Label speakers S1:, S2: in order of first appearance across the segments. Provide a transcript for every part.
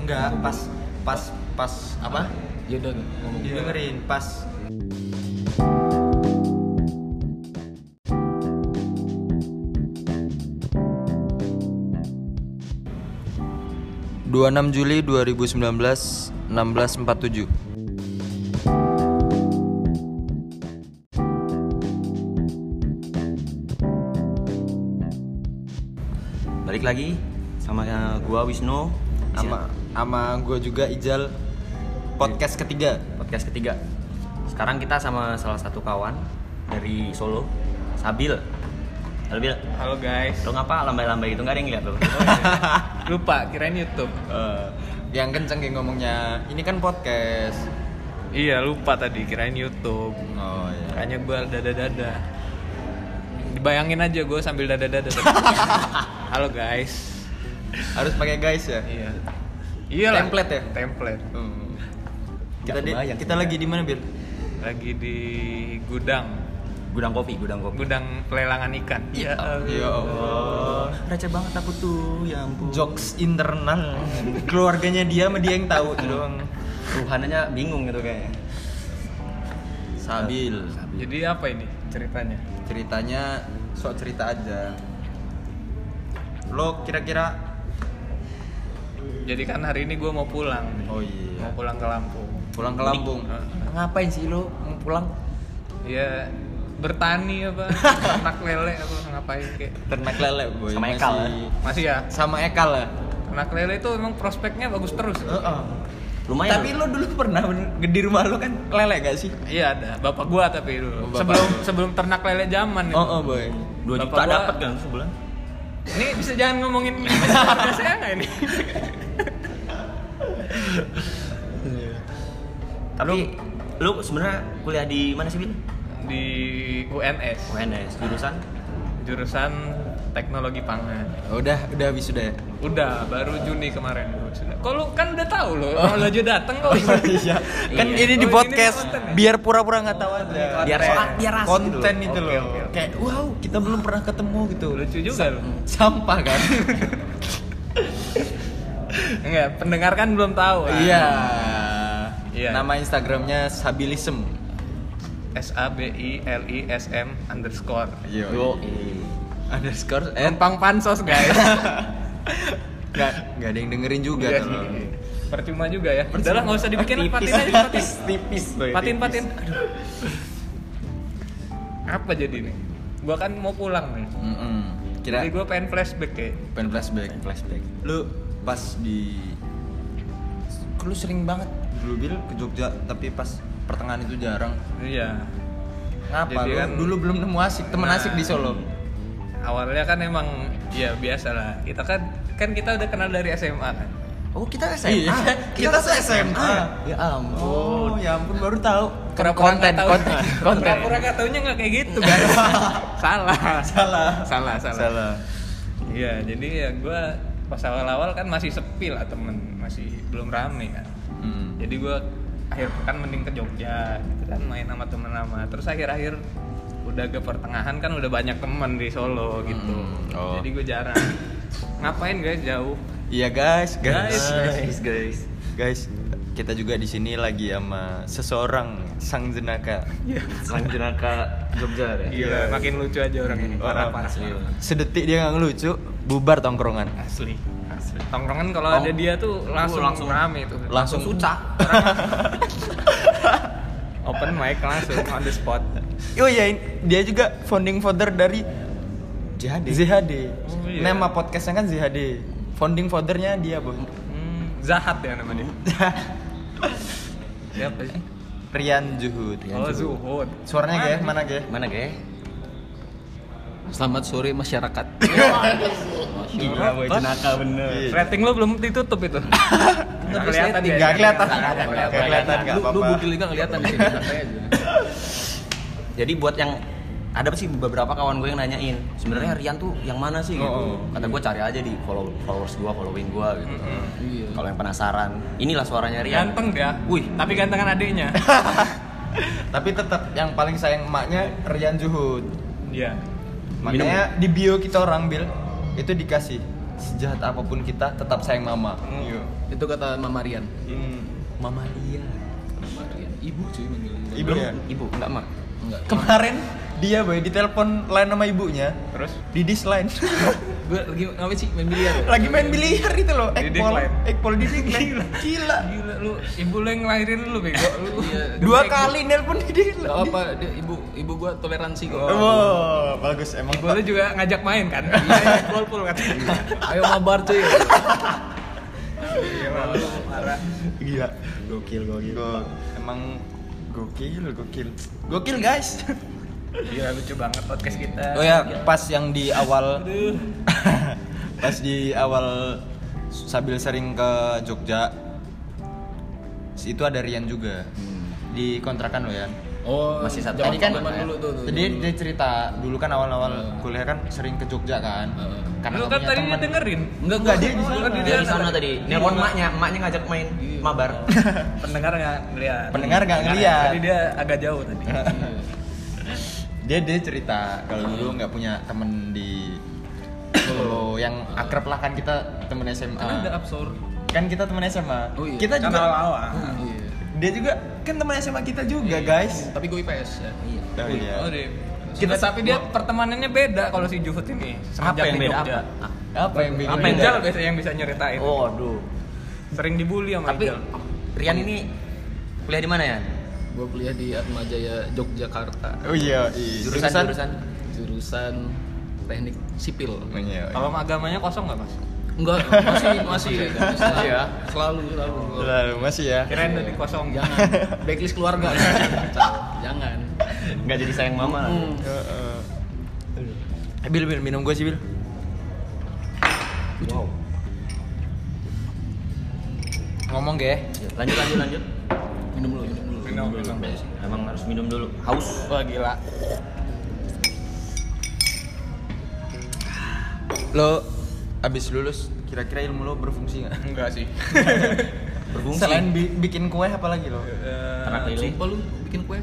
S1: juga pas pas pas apa
S2: Jodoh nggak ngomong.
S1: dengerin pas
S3: Dua enam Juli 2019 1647
S4: Balik lagi sama eh, gua Wisnu Di sini
S3: sama sama gue juga Ijal podcast ketiga
S4: podcast ketiga. Sekarang kita sama salah satu kawan dari Solo, Sabil. Halo Bil,
S2: Halo guys.
S4: lo ngapa lambai-lambai gitu nggak ada yang ngeliat lo?
S2: Lupa kirain YouTube.
S3: Eh, yang kenceng kayak ngomongnya ini kan podcast
S2: Iya lupa tadi kirain YouTube.
S3: oh iya
S2: Makanya gue dada-dada. Dibayangin aja gue sambil dada-dada. tadi. Halo guys.
S3: harus pakai guys ya
S2: Iya. Iyalah.
S3: Template ya?
S2: Template.
S3: Hmm.
S4: Nggak
S3: kita di-
S4: kebayang
S3: kita
S4: sih,
S3: lagi di mana bir
S2: Lagi di gudang.
S4: gudang kopi, gudang kopi.
S2: Gudang pelelangan ikan.
S3: Ya
S4: iya.
S3: Allah.
S4: Receh banget aku tuh, ya ampun.
S3: jokes internal keluarganya dia sama dia yang tahu itu doang
S4: Tuhannya bingung gitu kayaknya.
S3: Sabil
S2: Jadi apa ini ceritanya?
S3: ceritanya sok cerita aja lo kira-kira
S2: Jadi kan hari ini gue mau pulang nih.
S3: oh iya
S2: Mau pulang ke Lampung.
S3: pulang ke Lampung ngapain sih lo mau pulang
S2: Ya bertani apa, anak lele apa ngapain kayak.
S3: ternak lele boy
S4: Sama Ekal,
S3: Masih-
S2: Masih ya,
S3: sama Ekal ya
S2: anak lele itu emang prospeknya bagus terus.
S3: Heeh.
S4: Lumayan.
S3: tapi lo dulu pernah gede rumah lo kan lele gak sih
S2: Iya ada, bapak gua tapi
S3: Oh,
S2: dulu.
S3: bapak
S2: sebelum
S3: lu.
S2: sebelum ternak lele zaman itu.
S3: oh oh boy
S4: 2
S2: Bapak
S4: juta
S2: gua-
S4: dapat kan sebulan.
S2: Ini bisa jangan ngomongin keluarga saya nggak ini?
S4: Tapi lu sebenarnya kuliah di mana sih Bil?
S2: Di UNS,
S4: UNS jurusan
S2: jurusan teknologi pangan.
S3: udah udah wisuda ya
S2: Udah, baru Juni kemarin. Sudah. Kok lu kan udah tahu lo,
S3: Oh.
S2: mau lo aja datang kok. iya.
S3: kan ini di
S2: Oh,
S3: podcast
S2: konten ya?
S3: biar pura-pura nggak tahu aja
S4: biar soal biar ras
S3: konten
S2: gitu
S3: itu
S2: loh.
S3: loh
S2: Oke, oke.
S3: kayak wow kita belum pernah ketemu gitu
S2: lucu juga lo.
S3: sampah kan
S2: Enggak, pendengar kan belum tahu. kan?
S3: iya
S2: Iya.
S3: nama instagramnya sabilism
S2: S A B I L I S M underscore.
S3: yo
S4: Iya.
S3: underscore eh
S2: Empang pansos guys.
S3: nggak nggak ada yang dengerin juga
S2: Iya
S3: kalau
S2: sih. Percuma juga ya. Oh, iya, Udahlah nggak usah dibikin lah, patin aja patin.
S3: tipis boy,
S2: Patin
S3: tipis.
S2: patin. Aduh. Apa jadi nih? Gua kan mau pulang nih.
S3: Mm-mm. kira
S2: Jadi gua pengen flashback ya.
S3: pen flashback
S4: flashback.
S3: lu pas di lu sering banget dulu bil ke Jogja tapi pas pertengahan itu jarang
S2: Iya.
S3: ngapa
S2: Jadi
S3: lu
S2: kan-
S3: dulu belum nemu asik temen
S2: Nah.
S3: asik di Solo
S2: Awalnya kan emang ya biasa lah. Kita kan kan kita udah kenal dari SMA kan.
S4: Oh kita SMA.
S3: Iya, kita se SMA
S4: Ya ampun.
S3: oh ya ampun baru tahu
S2: Pura-pura nggak tahu-
S3: konten
S2: Pura-pura nggak taunya nggak kayak gitu guys. salah.
S3: Salah.
S2: Salah salah.
S3: salah
S2: Iya, jadi ya gua pas awal-awal kan masih sepi lah temen, masih belum rame kan.
S3: Hmm.
S2: jadi gue akhir pekan mending ke Jogja gitu kan main sama temen lama terus akhir-akhir udah ke pertengahan kan udah banyak temen di Solo gitu
S3: Hmm, oh.
S2: jadi gue jarang ngapain guys jauh
S3: iya guys guys
S4: Guys, guys.
S3: guys kita juga di sini lagi sama seseorang sang jenaka
S4: Sang jenaka Jogja ya.
S3: Iya.
S2: gila makin lucu aja orang Iya. ini parah parah
S4: asli.
S3: sedetik dia nggak ngelucu bubar tongkrongan
S2: asli asli tongkrongan kalau
S3: Hmm. Tong-
S2: ada dia tuh langsung,
S4: langsung-
S2: rame tuh
S3: langsung
S4: susah.
S2: open mic langsung on the spot
S3: Oh iya, in- dia juga founding founder dari
S4: JHD.
S3: ZHD.
S2: Oh iya.
S3: Nama podcastnya kan ZHD. Founding foundernya dia, Boy.
S2: hmm, Zahat ya namanya siapa sih
S3: Rian Juhud. Rian
S2: oh
S3: Juhud.
S2: Zuhud
S3: Iya, Suaranya kayak mana kayak?
S4: Mana, Ge?
S5: Selamat sore masyarakat.
S4: Iya. Gila, boy, jenaka bener.
S2: rating lo belum ditutup itu nggak kelihatan ya
S3: Gak kelihatan, nggak
S4: Nggak
S3: kelihatan, nggak
S5: Lu, lu
S3: apa-apa.
S5: bugil nggak kelihatan di sini santai aja.
S4: Jadi buat yang ada sih beberapa kawan gue yang nanyain sebenarnya Rian tuh yang mana sih gitu
S3: Oh, oh.
S4: kata gue cari aja di follow followers gue following gue gitu
S2: Mm-mm.
S5: Iya.
S4: kalau yang penasaran inilah suaranya Rian
S2: Hmm. Ganteng dia.
S4: Wih.
S2: tapi gantengan adiknya.
S3: Tapi tetap yang paling sayang emaknya Rian Juhud.
S2: Iya.
S5: ya.
S3: Makanya di bio kita orang, Bil, itu dikasih sejahat apapun kita tetap sayang mama. Iya.
S5: Hmm.
S3: Hmm.
S5: Itu kata Mama Rian.
S4: Mama Lia.
S5: Mama Rian. Ibu cuy manggilnya.
S3: Ibu ya?
S4: Ibu, enggak mak.
S5: Enggak.
S3: Kemarin dia boy ditelepon line sama ibunya.
S2: Terus?
S3: Di disline.
S5: Gue lagi ngapain sih main biliar. ya?
S3: Lagi main biliar itu loh,
S2: Di
S3: ekpol,
S2: decline.
S3: ekpol di decline. Gila.
S2: Gila lu, ibu lu yang ngelahirin lu bego lu.
S5: Iya,
S3: Dua
S5: demi-
S3: kali nelpon di
S5: Gak
S3: decline.
S5: apa, dia, ibu ibu gua toleransi kok.
S3: Wow, bagus emang.
S2: Ibu Oh. lu juga ngajak main kan? Iya, golpul katanya.
S5: Ayo mabar cuy.
S2: Iya, lu parah.
S3: Gila, gokil gokil. Emang gokil gokil. Gokil guys.
S2: Gila lucu banget podcast kita.
S3: Oh ya, pas yang di awal pas di awal Sabil sering ke Jogja itu ada Rian juga di kontrakan lo ya.
S5: Oh,
S4: Masih satu.
S5: zaman-
S4: Tadi kan-
S5: zaman dulu tuh. tuh
S3: Jadi dia cerita dulu kan awal-awal
S5: Heeh.
S3: kuliah kan sering ke Jogja kan.
S5: Heeh.
S3: Karena
S2: Lu
S3: nggak punya
S2: kan tadi
S3: teman.
S2: dengerin.
S5: Enggak,
S3: Enggak,
S5: gua-
S3: dia di sana.
S2: Oh,
S4: Dia di sana
S2: sana.
S4: tadi. Nelpon maknya, maknya ngajak main mabar.
S2: Pendengar nggak ngeliat.
S3: Pendengar nggak
S2: Pendengar
S3: ngeliat.
S2: Tadi dia agak jauh tadi.
S3: Dia dia cerita kalau dulu nggak punya temen di Solo yang akrab lah kan kita temen SMA.
S2: Kan ada absor.
S3: Kan kita temen SMA.
S5: Oh iya.
S3: Kita
S2: Kan
S3: juga
S2: awal-awal.
S5: Iya.
S3: dia juga kan teman SMA kita juga guys
S5: Tapi gue IPS ya. Iya.
S3: oh, iya.
S2: Oh, dia.
S3: Kita-
S2: Kita tapi dia pertemanannya beda kalau si Juhut ini. Semenjak
S4: yang
S2: di
S4: beda Ah,
S2: Jogja.
S4: apa?
S3: apa yang bikin
S4: Apa yang
S2: Rijal biasanya yang bisa nyeritain.
S4: Oh, aduh.
S2: Sering dibully sama
S4: Tapi
S2: Rijal.
S4: Rian ini kuliah di mana ya?
S5: Gue kuliah di Atmajaya Yogyakarta.
S3: oh iya iya.
S4: Jurusan jurusan.
S5: Jurusan teknik sipil.
S3: Oh, iya, iya.
S2: Kalau agamanya kosong nggak mas?
S5: Enggak, masih masih. masih
S4: Iya.
S5: Selalu selalu. selalu.
S3: lalu masih ya
S2: Kirain udah kosong.
S5: Jangan. Backlist keluarga. Jangan.
S4: Enggak jadi sayang mama.
S5: Hmm.
S3: Heeh. Eh, Bil, Bil, minum gue sih, Bil.
S4: Wow.
S3: Ngomong ge.
S4: Lanjut lanjut lanjut.
S5: Minum dulu, minum dulu.
S2: Minum, minum.
S4: Emang harus minum dulu. Haus.
S2: Wah gila.
S3: Lo abis lulus, kira-kira ilmu lo berfungsi nggak?
S2: Enggak sih.
S4: Berfungsi.
S3: Selain bi- bikin kue, apa lagi lo?
S2: Eh,
S4: Ternak lele.
S5: Sumpah lu bikin kue?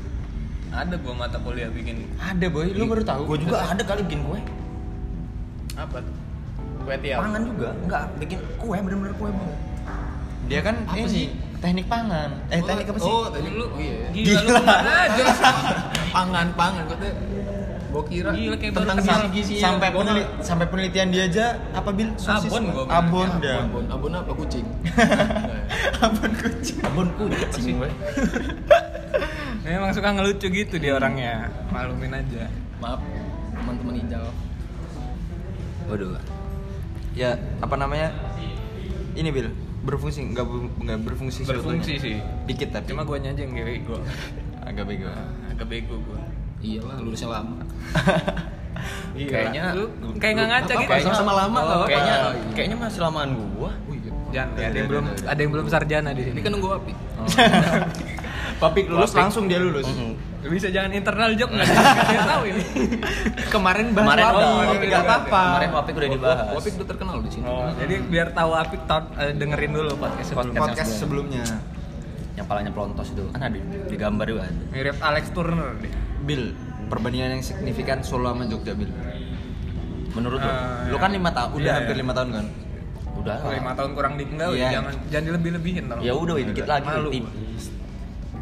S2: ada gua mata kuliah bikin
S3: Ada boy, lo baru tahu.
S4: Gue juga ada kali bikin kue.
S2: apa? tuh? Kue tiaw.
S4: Pangan juga. Enggak, bikin kue bener-bener kue banget.
S3: Dia kan
S5: Apa
S3: ini
S5: sih?
S3: teknik pangan. Eh,
S5: Oh,
S3: teknik apa sih?
S5: Oh, teknik lu. Iya.
S2: Gila, lu kemana aja?
S5: Pangan, pangan katanya. Gua kira
S2: Gila, kayak
S5: tentang
S2: baru
S5: gizi
S2: kesal.
S5: gizinya.
S3: sampai peneli- sampai penelitian dia aja apa bil
S2: Abon
S3: Pak.
S2: gua bilang.
S3: abon dia
S5: Abon, abon apa kucing?
S3: abon kucing
S4: Abon kucing gue.
S2: Memang suka ngelucu gitu dia orangnya. Malumin aja.
S5: Maaf, teman-teman hijau.
S4: Waduh.
S3: ya apa namanya ini bil berfungsi nggak bu- nggak berfungsi sebetulnya.
S2: Berfungsi sih.
S3: dikit tapi
S2: Cuma guanya aja yang bego.
S3: agak bego
S2: Agak bego gua.
S5: Iyalah, lulusnya lama.
S2: Iya.
S4: Kayaknya
S2: lu kayak nggak ngaca
S5: Apa,
S2: gitu.
S5: sama-sama
S2: Oh,
S5: lama nggak apa-apa.
S4: Kayaknya
S5: Oh, iya.
S4: kayaknya masih lamaan gua.
S5: Oh iya.
S2: Jangan, ya, ada yang belum ada yang belum sarjana di sini.
S5: Ini kan nunggu api.
S3: papik lulus
S4: Papik.
S3: langsung dia lulus
S2: bisa jangan internal joke nggak? Nggak ada yang tahu ini.
S3: kemarin bahas
S4: Kemarin
S3: wabi,
S4: oh,
S2: wabi
S3: nggak
S2: juga.
S3: apa-apa
S4: Kemarin Wapik udah dibahas.
S5: Gua pikir udah terkenal di sini.
S2: Oh, jadi biar tahu api tahu- eh, dengerin dulu podcast sebelumnya.
S3: podcast sebelumnya
S4: Yang palanya pelontos itu. Kan ada di gambar juga ada.
S2: Mirip Alex Turner deh.
S3: bil perbandingan yang signifikan Solo sama Jogja bil
S4: Menurut lu?
S3: lo kan lima tahun udah
S2: Iya,
S3: hampir
S2: iya.
S3: lima tahun kan
S4: Udah. lah.
S2: lima tahun kurang di enggak,
S3: Iya.
S2: jangan jangan dilebih-lebihin
S4: Ah.
S2: tolong.
S4: Ya udah, weh, dikit lagi.
S2: Malu.
S4: Ih.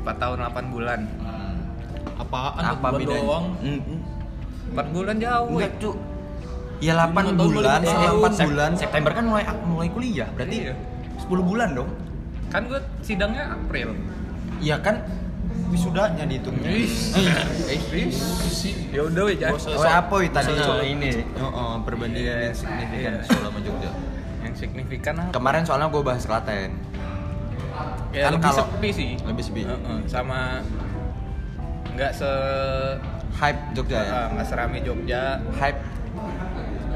S2: 4 tahun 8 bulan.
S5: Apaan
S3: Apa
S5: gua
S3: bedanya?
S5: doang?
S4: Mm, mm.
S2: 4 bulan jauh.
S3: Enggak, cu. Ya 8
S5: Lima tahun,
S3: bulan,
S5: lima
S3: setelah
S5: tahun.
S3: 4 bulan.
S4: September kan mulai mulai kuliah, berarti
S2: Iya.
S4: 10 bulan dong.
S2: Kan gue sidangnya April.
S3: Ya kan wisudanya dihitungnya.
S5: Eh, sih.
S2: Ya udah weh, jangan.
S5: Bosan.
S3: Oh, apa tadi?
S4: Soal ini.
S3: Oh, oh, perbandingan yang signifikan
S2: Iya.
S3: Solo sama Jogja.
S2: Yang signifikan apa?
S3: Kemarin soalnya gue bahas Klaten.
S2: Ya
S3: kan
S2: lebih
S3: kalau-
S2: sepi sih.
S3: lebih sepi.
S2: Heeh, sama enggak se
S3: Hype Jogja ya.
S2: eh, enggak serame Jogja,
S3: Hype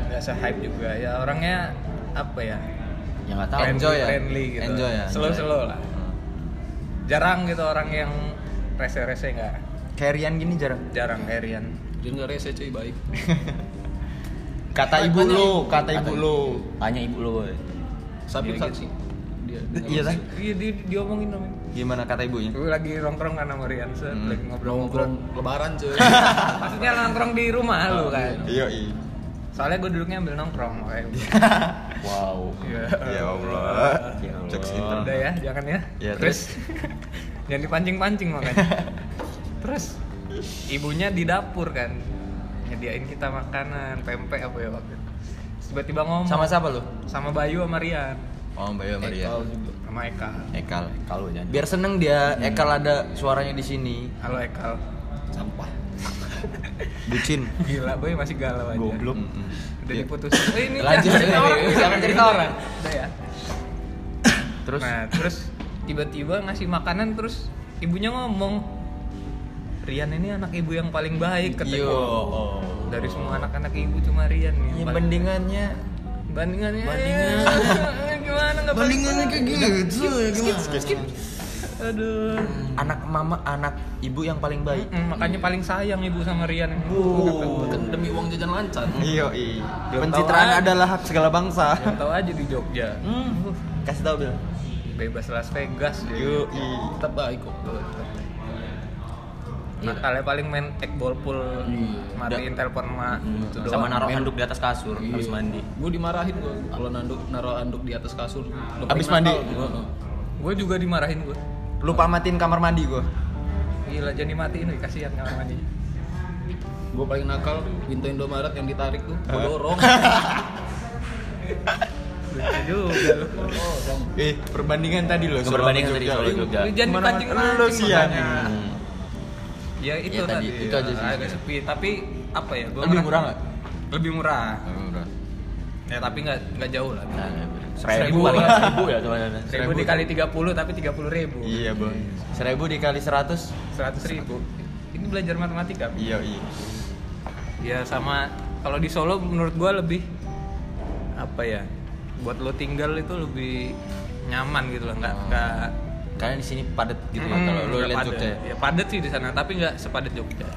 S2: enggak se-hype juga. Ya orangnya apa ya?
S4: Ya nggak tahu.
S2: Friendly,
S3: enjoy ya?
S2: friendly gitu.
S3: Enjoy ya?
S2: Slow-slow lah. Jarang gitu orang yang rese-rese enggak.
S3: kayak Rian gini jarang.
S2: Jarang Arian.
S5: Dia enggak rese cuy, baik.
S3: Kata ibu
S5: Banyak.
S3: lo, kata ibu
S4: Kata-
S3: lo.
S4: Tanya ibu lu, woy.
S5: Sapi
S2: Iya,
S5: saksi. Dia. dia
S3: Iya kan?
S2: Iya, dia diomongin sama
S3: Gimana kata ibunya?
S2: Gue lagi nongkrong kan sama Rian, set,
S3: Hmm.
S2: lagi
S5: ngobrol-ngobrol
S2: ngobrol-ngobrol.
S5: lebaran cuy.
S2: Maksudnya nongkrong di rumah lu kan.
S3: Ah, Iya, iya.
S2: Soalnya gue duduknya ambil nongkrong gitu. makanya.
S4: Wow.
S2: Ya.
S3: Ya Allah.
S4: Ya Allah.
S3: Jokes intern.
S2: Udah ya, jangan ya.
S3: Ya,
S2: jangan dipancing-pancing makanya. terus ibunya di dapur kan nyediain kita makanan pempek apa ya waktu itu. Terus Tiba-tiba ngomong
S5: Sama siapa lu?
S2: sama Bayu sama Rian
S3: Oh, Mbak Yo Maria.
S5: Ekal juga.
S2: sama Ekal.
S3: Ekal.
S4: Kalau jangan.
S3: Biar seneng dia Ekal ada suaranya di sini.
S2: Halo Ekal.
S4: sampah.
S3: Bucin.
S2: Gila, Boy masih galau aja.
S4: Goblok.
S3: Mm-mm.
S2: Udah
S3: Iya.
S2: diputusin. Eh, ini
S3: Lanjut,
S2: jangan cerita
S3: ini,
S2: orang,
S3: ini,
S2: jangan
S3: ini.
S2: cerita orang. Udah ya.
S3: Terus
S2: Nah, terus tiba-tiba ngasih makanan terus ibunya ngomong Rian ini anak ibu yang paling baik kata
S3: Yo.
S2: gua. Dari semua anak-anak ibu cuma Rian nih.
S3: Iya. Ya,
S2: yang paling-
S3: bandingannya
S2: bandingannya.
S3: Bandingan.
S2: eh, gimana enggak
S3: gitu
S2: Aduh.
S3: Anak mama, anak ibu yang paling baik.
S2: Mm, makanya paling sayang ibu sama Rian.
S5: Bukan demi uang jajan lancar.
S3: Iya, iya.
S2: Belum tahu,
S3: Pencitraan
S2: ah.
S3: adalah hak segala bangsa.
S2: Yang tahu aja di Jogja.
S3: Kasih tau Bil.
S2: Bebas Las Vegas dia.
S3: Yo,
S5: Tetap baik kok.
S2: Nakalnya paling main egg ball pool, matiin telepon emak itu doang.
S4: Hmm, Sama naruh handuk di atas kasur habis mandi.
S5: Gue Iya. dimarahin gue kalau nanduk naro anduk di atas kasur. Udah
S3: Habis
S5: paling
S3: mandi?
S5: nakal. Heeh.
S2: Gue juga dimarahin gue.
S3: Lupa matiin kamar mandi gua.
S2: Gila jadi matiin wih, kasihan kamar mandi.
S5: Gue paling nakal pintu Indomaret yang ditarik tuh. Gue dorong.
S2: Lucu juga lu.
S5: dorong.
S3: Eh, perbandingan tadi loh. Solo
S4: Perbandingan
S3: sama
S4: tadi,
S3: Jogja.
S4: Solo Jogja.
S2: Lu jangan
S3: Kemana-mana.
S2: dipancing
S3: Lu
S2: mancing
S3: sih ya.
S2: makanya.
S3: Hmm.
S2: Ya itu
S3: Ya, tadi,
S2: tadi.
S3: itu aja sih.
S2: Agak sepi, tapi apa ya? Gua
S3: Lebih
S2: ngerasa-
S3: murah nggak?
S2: Lebih murah.
S3: Oh, udah.
S2: Ya tapi nggak nggak jauh lah.
S4: Nah,
S3: Seribu.
S4: seribu paling nggak seribu ya cuma
S2: Seribu
S3: Seribu.
S2: dikali 30 tapi 30 ribu.
S3: Iya, Bang. Seribu dikali seratus.
S2: 100 ribu. Ini belajar matematika.
S3: Iya, iya.
S2: Ya sama kalau di Solo menurut gua lebih apa ya? Buat lo tinggal itu lebih nyaman gitu loh, nggak nggak
S3: Kalian di sini padat gitu ya
S2: Mm,
S3: Hmm. kalau lu
S2: nggak
S3: lihat
S2: padat.
S3: Jogja. ya?
S2: Ya padat sih di sana, tapi nggak sepadat Jogja.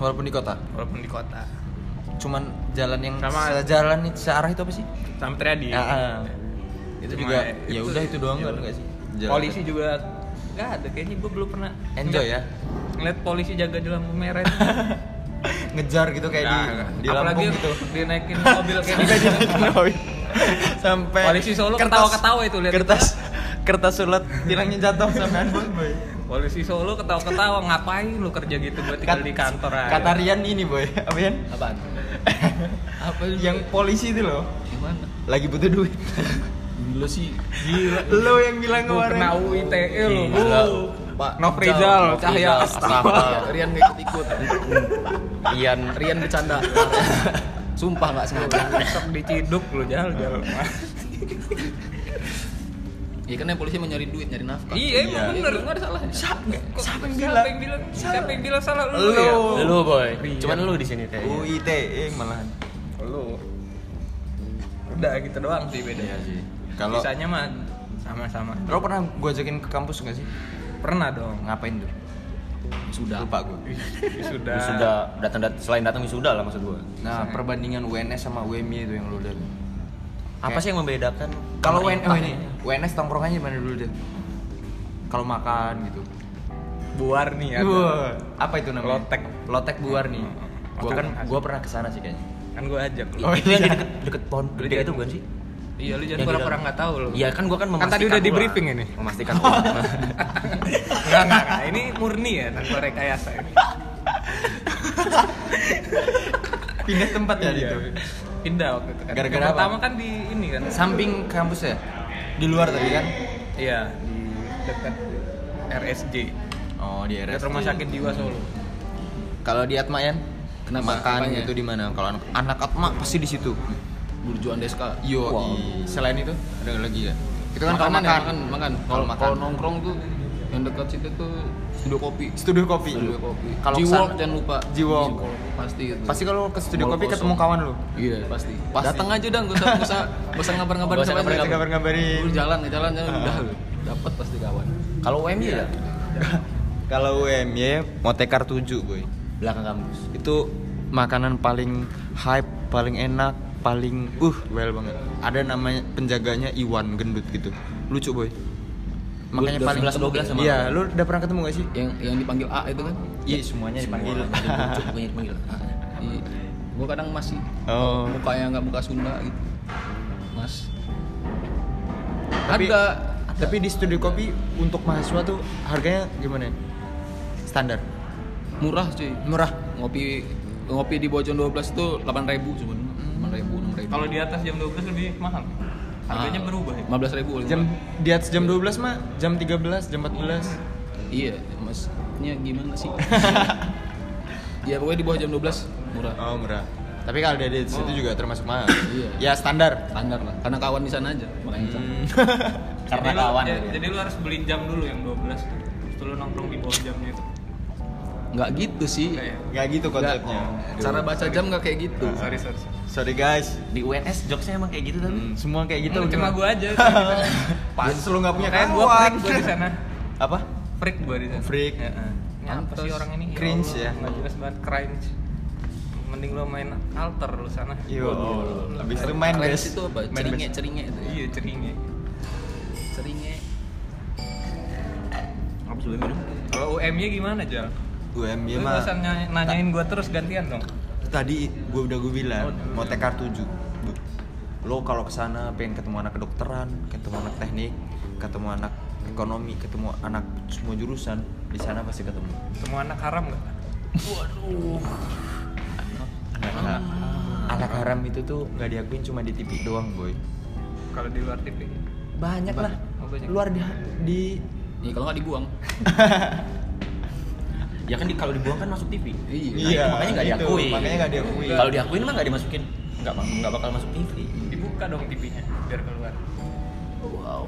S3: Walaupun di kota,
S2: Walaupun di kota.
S3: cuman Iya, jalan yang
S2: Sama-
S3: sejalan searah itu apa sih?
S2: Sama Triadi.
S3: Ya, ah. itu
S2: Cuma
S3: juga
S2: itu-
S3: ya udah itu doang kan enggak sih? Jalan.
S2: polisi juga nggak ada kayaknya gue belum pernah
S3: enjoy ya.
S2: ngeliat- ngeliat polisi jaga di lampu merah
S3: Ngejar gitu kayak
S2: Nah,
S3: di di
S2: apalagi
S3: Lampung gitu.
S2: dinaikin mobil kayak
S3: Sampai
S2: gitu.
S3: dinaikin mobil. Sampai
S2: Polisi Solo ketawa-ketawa itu, lihat
S3: kertas kertas surat tilangnya jatuh sama handphone boy.
S2: polisi Solo ketawa-ketawa ngapain lu kerja gitu gue tinggal
S3: Kat-
S2: di kantor aja
S3: Kata Rian ini boy, apa ya? Rian?
S5: Apaan? Apa itu?
S3: Yang polisi itu loh,
S5: gimana?
S3: lagi butuh duit.
S5: Dulu sih
S3: lo yang bilang
S2: Lu
S3: kemarin.
S2: kena UITE E lu Bu.
S5: Gila. Pak
S2: Nofrizal,
S5: Rizal,
S2: Cahya Astaga.
S5: Rian gak ikut-ikut.
S4: Ian
S5: Rian bercanda. Sumpah nggak sengaja.
S2: besok diciduk lu jal jal
S5: Iya kan yang polisi mau nyari duit, nyari nafkah.
S2: iya
S3: Iya.
S2: emang bener
S5: Nggak ada salahnya.
S2: Kok- siapa yang bilang siapa yang bilang siapa yang bilang salah lu Oh, iya.
S3: Lu.
S2: ya?
S4: Lu boy, cuman lu di sini teh.
S2: eh,
S3: UITE malahan.
S2: lu udah gitu doang sih bedanya
S3: Kalau
S2: sisanya mah sama-sama
S3: lo pernah gue ajakin ke kampus gak sih?
S2: pernah dong
S3: Ngapain tuh?
S5: Sudah.
S3: Lupa gue.
S2: sudah
S4: Sudah datang datang selain datang wisuda lah maksud gua.
S3: Nah, perbandingan UNS sama UMY itu yang lo lihat.
S4: Apa sih yang membedakan?
S3: Kalau
S4: Sama
S3: UN,
S4: Intan?
S3: oh, ini, UNS tongkrongannya di mana dulu deh? Kalau makan gitu.
S2: buar nih ya. ada.
S3: Wah, apa itu namanya?
S2: Iya. Lotek.
S3: Lotek buar nih.
S4: Gua kan gua pernah kesana sih kayaknya.
S2: kan gue ajak lu
S3: Oh,
S4: itu
S3: iya.
S4: yang di deket deket pohon gede
S2: Iya.
S4: itu bukan sih?
S2: iya lu jangan
S4: Yang di
S2: pura-pura
S4: dalam.
S2: nggak tahu lu
S4: Iya kan gua kan
S2: Kan
S4: memastikan.
S2: tadi udah di
S4: pula.
S2: briefing ini.
S4: Memastikan. pula.
S2: nggak nggak nggak. ini murni ya tanpa rekayasa ini
S3: Pindah tempat ya
S2: Iya.
S4: gitu.
S3: itu.
S2: pindah waktu itu kan
S3: Gara-gara
S2: Yang
S3: apa?
S2: pertama kan di ini kan
S3: Samping kampus ya? Di luar tadi kan?
S2: iya di dekat RSJ
S3: Oh, di
S2: dekat
S3: RS.
S2: rumah sakit jiwa Solo
S3: Kalau di Atma ya?
S5: Kenapa?
S3: Makan
S5: Apanya?
S3: itu di mana? Kalau anak, anak Atma pasti di situ.
S5: Burjuan Deska.
S3: Yo,
S4: Wow.
S3: i- selain itu ada lagi ya? Itu kan kalau
S5: Makanan ya,
S3: makan.
S5: Iya, makan, makan.
S3: Kalau
S5: Kalau
S3: makan.
S5: kalau nongkrong tuh yang dekat situ tuh studio kopi.
S3: ya? Studio kopi.
S5: Studio kopi.
S3: Kalau
S5: Jiwok
S3: kesana-
S5: jangan lupa.
S3: Jiwok.
S5: Pasti itu.
S3: Pasti kalau ke studio
S5: Mall
S3: kopi
S5: kosong.
S3: ketemu kawan lu.
S5: Iya, pasti.
S3: Pasti.
S5: Datang aja dah, enggak usah enggak usah enggak usah ngabar-ngabar
S4: Nggak usah
S5: sama
S4: ngabar-ngabar.
S5: siapa.
S3: Ngabar-ngabarin.
S5: Lu jalan, jalan, jalan udah dapat pasti kawan.
S4: Kalau UMY ya
S3: Kalau UMY Motekar 7, Boy.
S4: belakang kampus.
S3: Itu makanan paling hype, paling enak, paling uh, well banget. Ada namanya penjaganya Iwan gendut gitu. Lucu, Boy. Makanya
S4: udah
S3: paling
S4: 11-12 sama
S3: Iya,
S4: orang.
S3: lu udah pernah ketemu gak sih?
S5: Yang yang dipanggil A itu kan.
S3: Iya, semuanya
S4: Semuanya dipanggil. Pokoknya dipanggil.
S5: Iya. gue kadang masih
S3: Oh.
S5: mukanya nggak muka Sunda gitu mas
S3: Tapi-
S5: ada
S3: Tapi di studio kopi untuk mahasiswa tuh harganya gimana? ya? Standar.
S5: murah cuy
S3: Murah.
S5: ngopi ngopi di Bojon 12 itu 8.000 ribu cuman delapan ribu enam ribu
S2: Kalau di atas jam 12 lebih mahal.
S4: Ah.
S2: Harganya berubah ya.
S5: lima belas ribu
S3: Jam di atas jam 12 mah, jam 13, jam 14.
S5: iya masnya gimana sih ya pokoknya di bawah jam 12 murah
S3: Oh, murah. Oh. Tapi kalau dari situ juga termasuk mahal. ya
S5: Iya.
S3: standar. Hmm.
S5: standar lah karena kawan di sana aja makanya di sana.
S4: Karena
S2: jadi lu-
S4: kawan
S2: ja-
S4: gitu ya.
S2: jadi lu harus beli jam dulu yang 12 tuh. Terus lu nongkrong di bawah jamnya itu.
S5: nggak gitu sih
S2: Enggak ya?
S3: Gak gitu
S5: Nggak.
S3: konsepnya. Hmm. Aduh.
S5: cara baca jam nggak kayak gitu
S3: Nah.
S2: Sorry, sorry. sorry.
S3: Sorry guys.
S4: Di UNS jokesnya emang kayak gitu tapi.
S3: Hmm, semua kayak gitu.
S2: Cuma
S3: gimana?
S2: gua aja.
S3: Pantes lu gak punya
S2: Kayak gua
S3: kawan.
S2: freak gua di sana.
S3: Apa?
S2: Freak gua di sana. Ya,
S3: Freak.
S2: Heeh. Ini apa sih
S5: Pantes.
S2: orang ini?
S3: Cringe
S2: Allah,
S3: ya.
S2: Nggak jelas banget cringe. Mending lu main alter lu sana.
S3: Yo, habis itu main
S5: Keren
S3: guys.
S5: itu apa
S3: Main
S5: ceringe
S3: bass.
S5: ceringe itu ya.
S2: Iya, ceringnya.
S5: ceringe
S4: Apa sebelum minum?
S2: Kalau UM-nya gimana, Jal?
S3: UMY
S2: Lu
S3: mah.
S2: nggak usah nanya- nanyain gua terus gantian dong.
S3: iya, Tadi gue udah gue bilang mau tekar 7 Bu, Lo kalau kesana pengen ketemu anak kedokteran, ketemu anak teknik, ketemu anak ekonomi, ketemu anak semua jurusan di sana pasti ketemu.
S2: Semua anak haram nggak?
S3: Anak,
S2: Oh.
S3: ha- Nah, anak haram itu tuh nggak diakuin cuma di TV doang boy.
S2: Kalau di luar TV.
S3: Banyak lah.
S2: Oh, banyak.
S3: Luar di, di
S5: ya kalau nggak dibuang
S4: Ya kan di, kalau dibuang kan masuk TV.
S5: Iya.
S4: Nah, itu makanya nggak
S3: gitu.
S4: diakui.
S3: Makanya nggak diakui.
S4: Kalau diakuin mah nggak dimasukin. Nggak bak- nggak bakal masuk TV.
S2: Dibuka dong TV-nya biar keluar.
S4: Wow.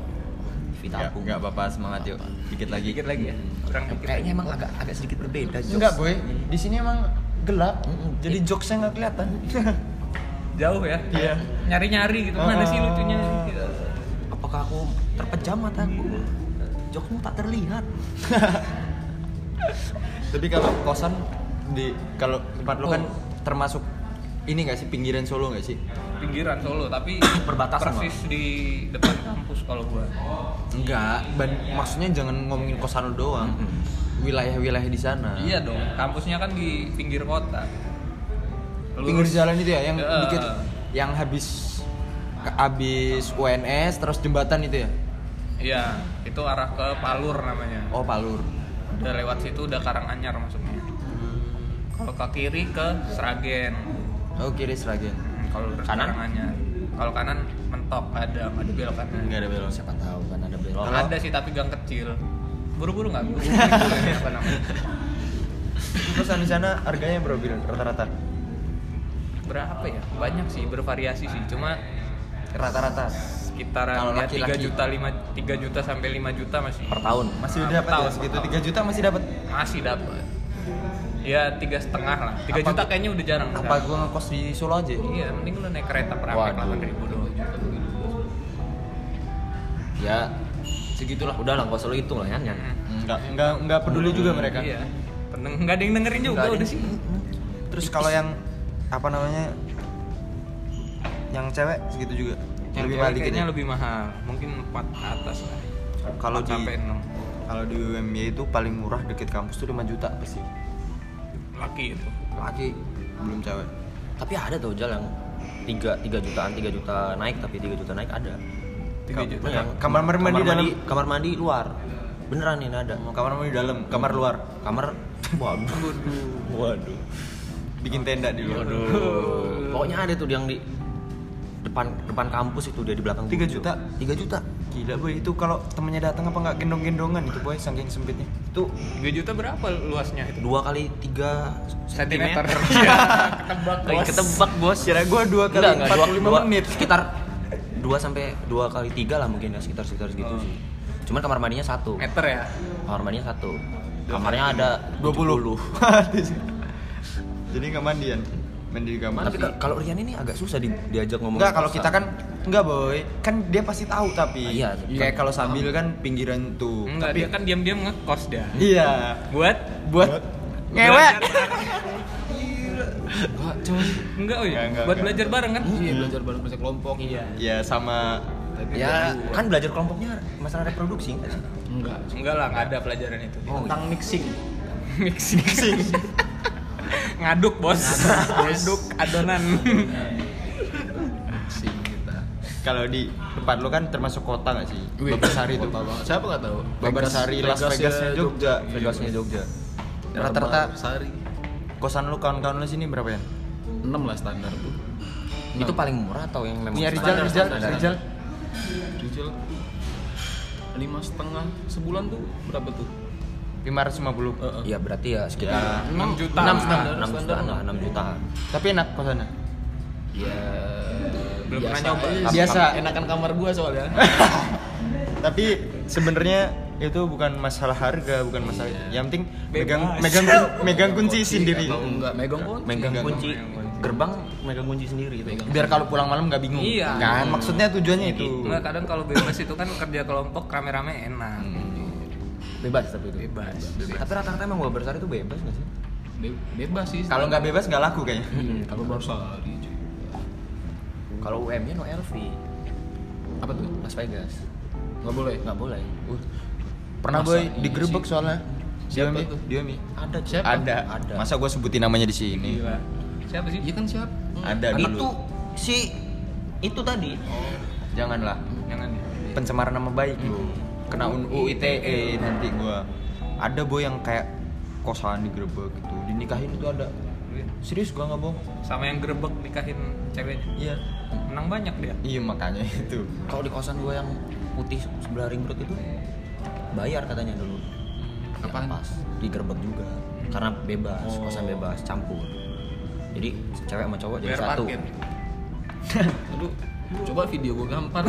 S4: TV
S3: Nggak-
S4: tabung.
S3: nggak apa-apa semangat yuk. Dikit lagi.
S2: Dikit lagi ya. Kurang dikit.
S4: Kan Kayaknya emang agak agak sedikit berbeda. jokes.
S3: Enggak boy, di sini emang gelap. Jadi jokesnya nggak kelihatan.
S2: Jauh ya.
S3: Iya.
S2: Nyari-nyari gitu.
S3: Ah.
S2: Mana sih lucunya? Gitu.
S4: Apakah aku terpejam mataku? Jokesmu tak terlihat.
S3: Tapi kalau kosan di kalau tempat lo kan
S2: Oh.
S3: termasuk ini nggak sih pinggiran Solo nggak sih?
S2: Pinggiran Solo tapi
S4: Perbatasan,
S2: persis di depan kampus kalau gua.
S3: Oh. Enggak, ban- maksudnya jangan ngomongin kosan lo doang. Wilayah-wilayah di sana.
S2: Iya dong. Kampusnya kan di pinggir kota. Lurus.
S3: Pinggir jalan itu ya yang
S2: Iya.
S3: dikit yang habis ke- habis UNS terus jembatan itu ya.
S2: Iya, itu arah ke Palur namanya.
S3: Oh, Palur.
S2: Udah lewat situ udah Karanganyar masuknya. Kalau ke kiri ke Sragen.
S3: Oh, kiri Sragen.
S2: Hmm, Kalau lurus
S4: Kanan?
S2: Karanganyar. Kalau kanan mentok ada ada belokannya.
S3: Enggak ada belok.
S4: Siapa tahu kan ada belok.
S3: Kalau-
S2: Ada sih tapi gang kecil. Buru-buru nggak? Buru-buru ini apa namanya?
S3: Kosan di sana harganya berapa Bil, rata-rata?
S2: Berapa ya? Banyak sih, bervariasi sih. Cuma
S3: Rata-rata. Kalau
S2: sekitaran ya, 3
S3: laki-laki.
S2: juta 5 3 juta sampai 5 juta masih
S4: Per tahun.
S3: Masih
S2: Ah,
S3: dapat
S2: tahu,
S3: ya segitu.
S2: tahu.
S3: 3 juta masih dapat.
S2: masih dapat. Ya tiga setengah lah. 3
S3: Apa-
S2: juta kayaknya udah jarang.
S3: Apa
S2: sekarang.
S3: gua ngekos di Solo aja?
S2: Iya, mending lu naik kereta praktek
S4: Waduh.
S2: 8 ribu doang.
S4: Ya segitulah. Udah lah, nggak usah lo hitung lah ya. Nyan.
S3: Enggak, enggak, enggak peduli juga mereka.
S2: Hmm. Iya. Peneng nggak ada yang dengerin juga udah sih.
S3: Terus kalau yang apa namanya? Yang cewek segitu juga.
S2: Yang
S3: lebih
S2: cewek
S3: paling
S2: kayaknya
S3: gitu.
S2: lebih mahal. Mungkin 4 ke atas lah.
S3: Kalau
S2: Empat
S3: di
S2: sampai 6
S3: kalau di UMY itu paling murah deket kampus tuh 5 juta pasti.
S2: laki itu.
S3: Laki belum cewek.
S4: Tapi ada tau Jal yang 3 3 jutaan, 3 juta naik tapi 3 juta naik ada.
S2: 3 juta.
S4: Iya,
S3: Kamar mandi di dalam.
S4: kamar mandi luar. Beneran ini ada.
S3: Kamar mau di dalam, kamar luar.
S4: Kamar waduh. Waduh.
S3: Bikin tenda di luar.
S4: Pokoknya ada tuh yang di depan depan kampus itu dia di belakang.
S3: Tiga
S4: gedung.
S3: juta?
S4: 3 juta.
S3: Gila boy, itu kalau temennya datang apa nggak gendong-gendongan itu boy, saking sempitnya.
S4: Itu
S2: 3 juta berapa luasnya itu?
S4: dua kali tiga
S2: Sentimeter.
S4: sentimeter.
S2: Iya, Ketebak.
S4: Lagi ketebak bos.
S3: Kira gua dua kali
S4: Enggak, enggak,
S3: 45
S4: dua- dua-
S3: menit.
S4: Sekitar 2 sampai 2 kali 3 lah mungkin ya sekitar sekitar segitu
S3: Oh.
S4: sih. Cuman kamar mandinya satu.
S3: Eh,
S2: Meter ya.
S4: Kamar mandinya satu. Kamarnya ada
S3: 20. Jadi nggak mandian. Mandi di kamar.
S4: Tapi ka- kalau Rian ini agak susah di- diajak ngomong.
S3: Enggak, kalau kita kan enggak, boy. Kan dia pasti tahu tapi.
S4: Ah, iya, tapi-
S3: Kayak kalau sambil kan pinggiran tuh.
S2: Enggak,
S3: tapi
S2: dia kan diam-diam ngekos dia.
S3: iya.
S2: Buat
S3: Buat ngewek.
S2: belajar bareng. Enggak, oh iya.
S3: Enggak, enggak,
S2: Buat
S3: enggak.
S2: belajar bareng kan?
S5: iya belajar bareng belajar kelompok
S2: Iya.
S3: Iya, sama
S4: ya kan belajar kelompoknya masalah reproduksi enggak sih? iya.
S5: enggak
S2: Oh. Enggak lah, enggak ada pelajaran itu.
S4: Oh,
S2: Mixing. ngaduk bos ngaduk adonan
S5: sih kita.
S3: Kalau di depan lo kan termasuk kota nggak sih?
S5: Wih,
S3: Babarsari itu.
S5: kota banget. Siapa nggak tahu?
S3: Babarsari, Las Vegasnya Jogja. Iya, Vegasnya Jogja. Rata-rata
S5: Sari
S3: kosan lu kawan-kawan lu sini berapa ya?
S5: 6 lah standar tuh.
S4: Itu paling murah atau yang memang
S3: Nih Rizal,
S4: standar?
S3: Rizal,
S4: Standar.
S3: Rizal.
S5: Jujur lima setengah sebulan tuh berapa tuh?
S3: 550.
S5: Heeh.
S4: Iya berarti ya sekitar
S2: 6
S4: 6
S2: juta
S5: standar,
S4: standar, 6
S5: standar.
S4: standar, 6 jutaan.
S3: Tapi enak kosannya.
S5: Ya
S2: Belum
S5: biasa
S2: pernah nyoba.
S5: aja sih.
S3: Biasa.
S5: Enakan kamar gua soalnya.
S3: Tapi sebenarnya itu bukan masalah harga, bukan masalah. Yang penting megang
S2: Bebas.
S3: megang megang Iya. kunci sendiri.
S5: Atau enggak megang kunci.
S4: Megang
S3: Megang
S4: kunci gerbang, megang kunci sendiri gitu.
S3: Biar kalau pulang malam nggak bingung.
S2: Iya. Gitu.
S3: Kan maksudnya tujuannya itu.
S2: Nggak, kadang kalau bebas itu kan kerja kelompok rame-rame enak
S4: Bebas tapi itu.
S2: bebas
S4: Tapi rata-rata emang Babarsari itu bebas nggak sih?
S5: Be- bebas sih.
S3: Kalau nggak bebas nggak laku kayaknya.
S5: Iya, kalau baru sehari cuy.
S4: Kalau UM-nya no LV,
S5: Apa tuh?
S4: Las Vegas.
S5: Nggak boleh.
S4: Nggak boleh.
S2: Uh,
S3: Pernah
S5: Masa
S3: boy
S5: iya
S3: digerebek
S5: sih?
S3: soalnya.
S5: Siapa
S3: Diomi,
S5: tuh?
S3: Diomi.
S5: Ada siapa?
S3: Ada.
S4: Ada.
S3: Masa gue sebutin namanya di sini?
S2: Gila. siapa sih
S5: Iya kan siapa?
S3: Ada
S4: Itu
S3: dulu.
S4: si itu tadi.
S3: Janganlah.
S2: jangan ya
S3: Pencemaran nama baik lu. Kena UU ITE E nanti gua. Ada boy yang kayak kosan digerebek gitu. Dinikahin itu ada. Serius gua nggak bohong.
S2: Iya. sama yang gerebek nikahin ceweknya
S3: Iya.
S2: menang banyak dia
S3: Iya makanya itu.
S4: Kalau di kosan gua yang putih sebelah ring road itu bayar katanya dulu.
S2: Hmm,
S5: Apaan?
S4: Pas digerebek juga. Karena bebas,
S2: Oh.
S4: kosan bebas, campur. Jadi cewek sama cowok jadi
S2: bayar
S4: satu.
S2: parkir
S5: Aduh, coba video gua gampar.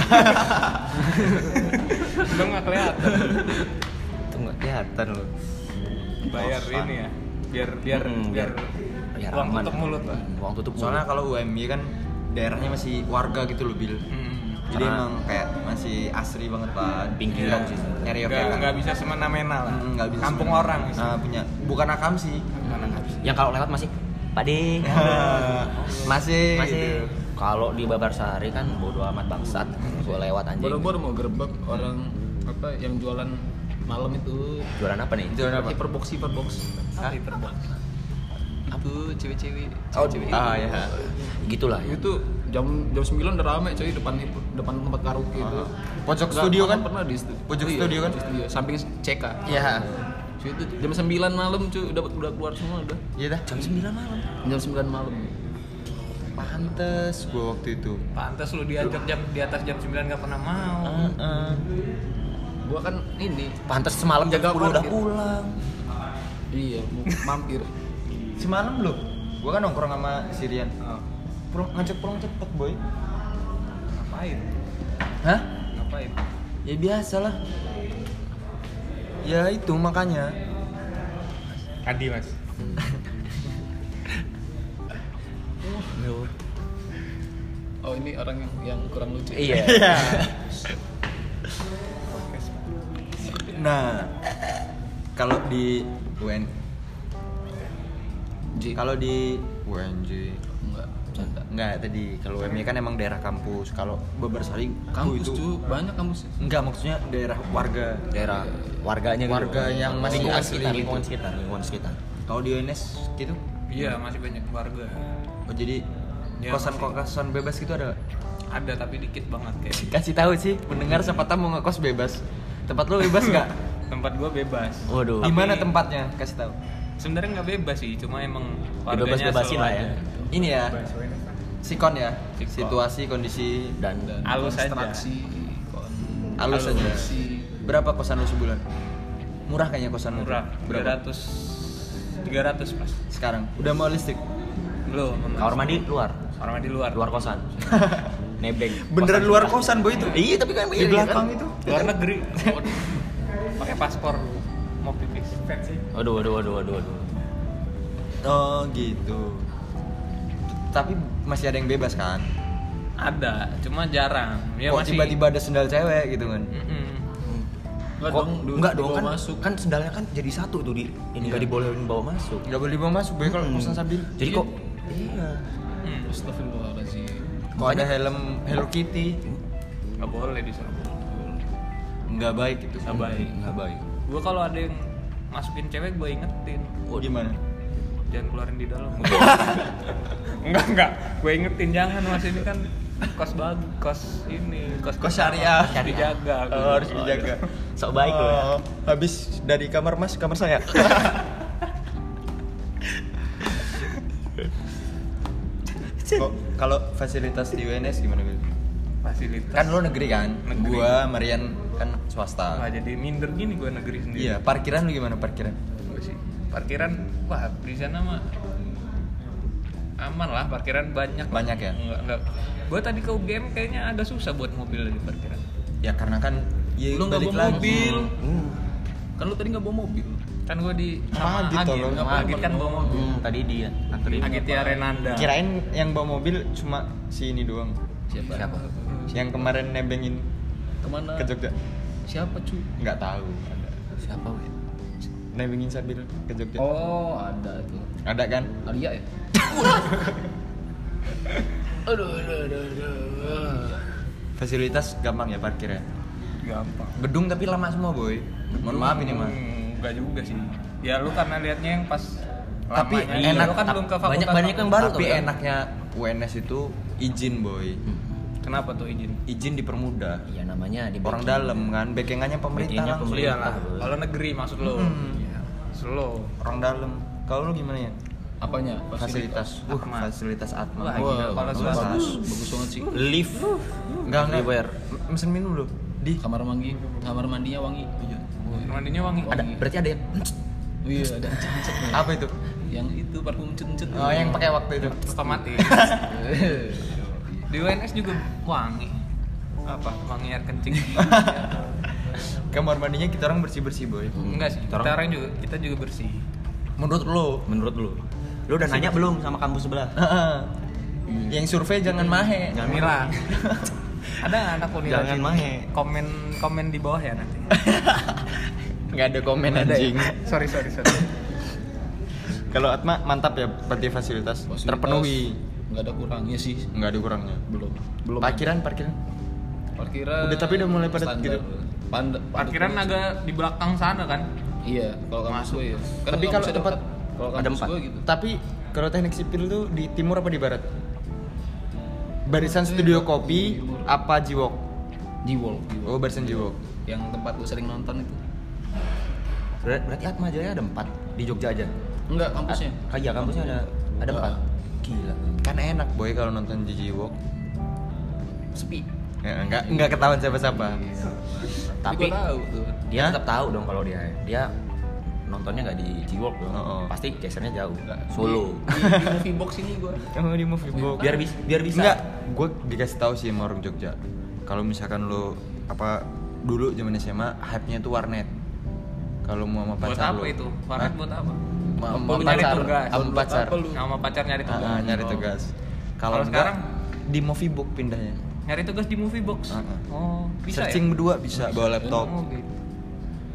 S2: belum nggak kelihatan
S4: Itu nggak kelihatan loh.
S2: bayar
S4: Kosan.
S2: ini ya biar biar
S4: Mm,
S2: biar,
S4: biar
S2: uang
S4: aman.
S2: tutup mulut lah
S4: Hmm, Uang tutup
S3: Soalnya
S4: mulut.
S3: kalau UMI kan daerahnya masih warga gitu loh Bil.
S2: Hmm.
S3: Jadi
S4: Karena-
S3: emang kayak masih asri banget pak.
S4: Pinggiran
S3: Iya,
S4: sih sebenarnya.
S3: Nyari
S2: nggak
S3: apa?
S2: nggak bisa semena-mena lah
S3: Mm, kan. nggak bisa
S2: kampung
S3: sebenarnya.
S2: orang
S3: Nah, punya bukan akam sih
S4: Yang kalau lewat masih pade.
S3: Nah, masih
S4: Masih Gitu. kalau di Babarsari kan bodo amat bangsat. Gua lewat anjing.
S5: Baru-baru mau gerbek orang apa yang jualan malam itu
S4: Jualan apa nih?
S3: Jualan apa?
S5: hyperbox hyperbox
S2: Hah? Hyperbox.
S5: abu cewek-cewek
S4: Oh,
S5: cewek-cewek
S3: ah
S5: Nah,
S3: ya
S4: Gitulah. ya.
S5: itu jam jam 9 udah rame coy depan hyper- depan tempat karaoke itu
S3: pojok
S5: Nggak-
S3: studio
S5: nggak
S3: kan
S5: pernah di studio
S3: Pojok studio kan?
S5: studio samping CK
S3: ya
S5: cuy itu jam 9 malam cuy udah udah keluar semua udah
S3: iya dah
S4: Jam 9 malam.
S5: jam 9 malam
S3: pantes gua waktu itu
S2: pantas lu diajak jam di atas jam 9 nggak pernah mau
S3: Heeh.
S5: gua kan ini
S4: Pantes semalam jam 10
S5: Jaga
S4: udah
S5: parkir.
S4: pulang.
S5: iya mau mampir
S3: semalam lu gua kan nongkrong sama Sirian
S2: Oh,
S3: pulang ngajak pulang cepet boy
S2: ngapain
S3: hah
S2: ngapain
S3: ya biasa lah ya itu makanya
S2: tadi mas
S5: oh ini orang yang, yang kurang lucu
S4: Iya.
S3: nah kalau di UN
S5: Ji.
S3: kalau di UNJ
S5: enggak bercanda
S3: Enggak, tadi kalau UMI kan emang daerah kampus. Kalau Bebersari
S5: kampus tuh banyak kampus
S3: Enggak, maksudnya daerah warga.
S4: Daerah warganya gitu.
S3: Warga yang masih
S4: lingkungan
S3: asli
S4: sekitar,
S3: gitu.
S4: lingkungan sekitar, lingkungan sekitar.
S3: Kalau di UNS gitu.
S2: iya masih banyak keluarga
S3: Oh, jadi
S2: Ya,
S3: kosan-kosan bebas gitu ada
S2: ada tapi dikit banget kayak gitu.
S3: Kasih tahu sih, mendengar siapa tahu mau ngekos bebas. Tempat lo bebas nggak?
S2: tempat gua bebas
S4: Waduh.
S3: Di mana tempatnya? Kasih tahu.
S2: sebenarnya nggak bebas sih cuma emang
S4: Bebas
S2: warganya
S4: bebasin lah ya.
S3: Ini ya, sikon ya.
S2: Sikon.
S3: Situasi, kondisi
S4: Dan
S5: dan
S2: Halus aja.
S5: konstruksi
S3: halus aja.
S5: konstruksi
S3: Berapa kosan lo sebulan? Murah kayaknya kosan lo.
S2: murah
S3: Berapa?
S2: 300 300 mas
S3: Sekarang udah mau listrik.
S2: belum Mas.
S4: kamar mandi luar,
S2: kamar mandi luar
S4: luar kosan. Nebeng.
S3: Beneran
S4: Kosan
S3: luar
S4: kita.
S3: kosan boy itu.
S4: Iya, tapi kan
S3: di
S4: begini,
S3: belakang
S4: kan?
S3: itu.
S2: luar negeri pakai paspor mau pipis
S4: Waduh, waduh, waduh, waduh, waduh.
S3: Oh gitu. Tapi masih ada yang bebas kan?
S2: ada cuma jarang ya
S3: Kok
S2: masih
S3: tiba-tiba ada sendal cewek gitu kan?
S2: Mm-mm.
S5: Enggak
S4: Kok-
S5: dong, dulu
S4: enggak dong
S5: dibawa
S4: kan,
S5: masuk.
S4: kan sendalnya kan jadi satu tuh di
S3: Iya.
S4: ini enggak dibolehin bawa masuk.
S3: Gak boleh dibawa masuk boy kalau kosan sambil.
S4: Jadi kok
S3: Iya.
S2: Mm.
S5: Astagfirullahaladzim.
S3: Kok ada helm Hello Kitty?
S2: nggak boleh di sana
S3: Nggak baik itu.
S2: Nggak baik.
S3: Nggak baik.
S2: gua kalau ada yang masukin cewek gua ingetin
S3: Oh, gimana?
S2: jangan keluarin di dalam enggak enggak gue ingetin jangan mas ini kan kos bagus kos ini kos
S3: Kos syariah.
S2: harus dijaga
S3: Oh, harus dijaga.
S4: Sok baik lo ya.
S3: Oh, Habis dari kamar Mas, kamar saya. Kok kalau fasilitas di UNS gimana gitu?
S2: fasilitas
S3: Kan lo negeri kan?
S2: Negeri.
S3: Gua Marian kan swasta.
S2: Wah, jadi minder gini gue negeri sendiri
S3: Iya, parkiran lu gimana parkiran?
S2: Gua sih parkiran wah di sana mah aman lah parkiran banyak
S3: Banyak ya?
S2: enggak enggak gue tadi ke UGM kayaknya agak susah buat mobil di parkiran
S3: Ya karena kan ya,
S5: Lu nggak
S3: balik
S5: bawa
S3: lagi.
S5: mobil.
S3: Hmm.
S5: Kan lu tadi nggak bawa mobil.
S2: kan gue di
S3: Ah,
S2: sama
S3: gitu
S2: Agit
S3: loh.
S2: sama Agit kan bawa mobil
S4: Hmm, tadi dia anterin.
S3: Iya.
S2: Agitya Renanda
S3: Kirain yang bawa mobil cuma si ini doang.
S5: Siapa?
S4: Siapa?
S3: Yang kemarin nebengin
S5: Kemana?
S3: ke Jogja.
S5: Siapa cu?
S3: Nggak tahu ada.
S4: Siapa weh?
S3: Nebengin Sabil ke Jogja.
S5: Oh ada itu.
S3: Ada kan?
S5: Arya ya. aduh, aduh, aduh, aduh.
S3: Fasilitas gampang ya parkirnya.
S2: gampang
S3: Gedung tapi lama semua boy. Mohon maaf ini mah.
S2: Hmm, enggak juga sih ya lu karena liatnya yang pas
S3: ya. Tapi
S2: lamanya.
S3: enak,
S2: Iya, lu kan
S4: tap-
S2: belum ke fakultas
S4: banyak-banyak yang baru
S3: tapi
S4: tau, kan?
S3: enaknya UNS itu izin boy.
S2: kenapa tuh izin
S3: Izin dipermudah.
S4: Iya namanya di
S3: Orang
S4: backing.
S3: dalam kan, bekengannya pemerintah
S4: Bekengnya
S3: langsung.
S2: Iya
S4: Pemerintah,
S2: lah,
S4: Bro.
S2: kalau negeri maksud lo
S3: Hmm.
S2: Slow
S3: Orang dalam. Kalau lu gimana ya?
S5: Apanya?
S3: Fasilitas, uh,
S2: Atma.
S3: fasilitas Atma.
S2: Wah,
S5: Wah,
S2: Kalau
S5: bagus,
S2: swasta.
S5: bagus, bagus banget sih.
S4: lift.
S3: Enggak enggak.
S4: Everywhere.
S3: M- Mesen minum lu. Di
S5: Kamar mandi, kamar mandinya wangi. Iya.
S2: mandinya wangi
S5: Ada.
S4: Berarti ada yang
S5: Iya, ada encet-encet nih.
S3: apa itu?
S5: Yang itu parfum encet-encet.
S3: Oh, yang pakai waktu itu.
S2: otomatis
S5: Iya.
S2: di UNS juga wangi apa wangi air kencing
S3: Kamar mandinya kita orang bersih-bersih, boy.
S2: enggak sih kita
S4: Orang-
S2: orang juga kita juga bersih
S3: Menurut lu?
S4: menurut lu. Lu udah nanya belum sama kampus sebelah?
S3: Heeh. yang survei Iya. jangan mahe.
S2: Jamila ada nggak anak Unila
S4: Jangan
S2: sini?
S4: mahe.
S2: komen komen di bawah ya nanti
S3: Nggak ada komen
S2: Ada ya?
S3: anjing.
S2: sorry sorry sorry
S3: Kalau Atma mantap ya berarti fasilitas,
S5: Fasilitas
S3: terpenuhi.
S5: Nggak ada kurangnya sih.
S3: Nggak ada kurangnya.
S5: Belum.
S3: Parkiran, parkiran.
S5: Parkiran.
S3: Udah, tapi udah mulai padat
S5: standar.
S3: gitu.
S5: Panda-
S2: parkiran agak di belakang sana kan
S5: Iya, kalau kampus gue ya. Karena
S3: Tapi
S5: kampus
S3: kalau
S5: ada
S3: tempat-
S5: empat. kalau
S4: ada
S5: kampus
S4: empat.
S5: gue gitu.
S3: Tapi kalau teknik sipil tuh di timur apa di barat? Barisan studio kopi apa Jiwok?
S5: Jiwol, Jiwol.
S3: Oh, barisan Jiwok.
S5: Yang tempat gue sering nonton itu.
S4: Ber- Berarti Atma Jaya ada empat di Jogja aja.
S5: Enggak, kampusnya.
S4: Ah, iya kampusnya ada ada empat. Gila.
S3: Kan enak boy kalau nonton di Jiwok.
S5: Sepi.
S3: Ya, enggak enggak ketahuan siapa-siapa.
S4: Tapi
S5: gue tahu tuh.
S3: Hah?
S4: dia tetap tahu dong kalau dia dia nontonnya nggak di Jiwok dong.
S3: Oh, oh.
S4: Pasti gesernya jauh. Solo.
S5: Di, di movie box ini gue.
S3: Kamu di movie box.
S4: Biar bis- biar bisa.
S3: Enggak, gue dikasih tahu sih sama orang Jogja. Kalau misalkan lo apa dulu zaman SMA hype-nya itu warnet. Kalau mau sama
S2: buat
S3: pacar
S2: apa
S3: lo.
S2: itu warnet
S3: Hah?
S2: buat apa
S3: Ma-
S5: Apa
S3: Sama
S5: lu nyari
S3: pacar,
S2: tugas?
S3: sama
S5: Buat
S3: pacar.
S5: apa lu?
S2: sama pacar nyari tugas
S3: Ah, ah, nyari
S2: Oh.
S3: tugas.
S2: Kalau
S3: Kalau
S2: sekarang?
S3: sekarang di movie box pindahnya.
S2: Oh. nyari tugas di movie box
S3: Ah, ah.
S2: oh bisa
S3: Searching
S2: ya?
S3: berdua bisa bawa laptop.
S2: Oh, gitu.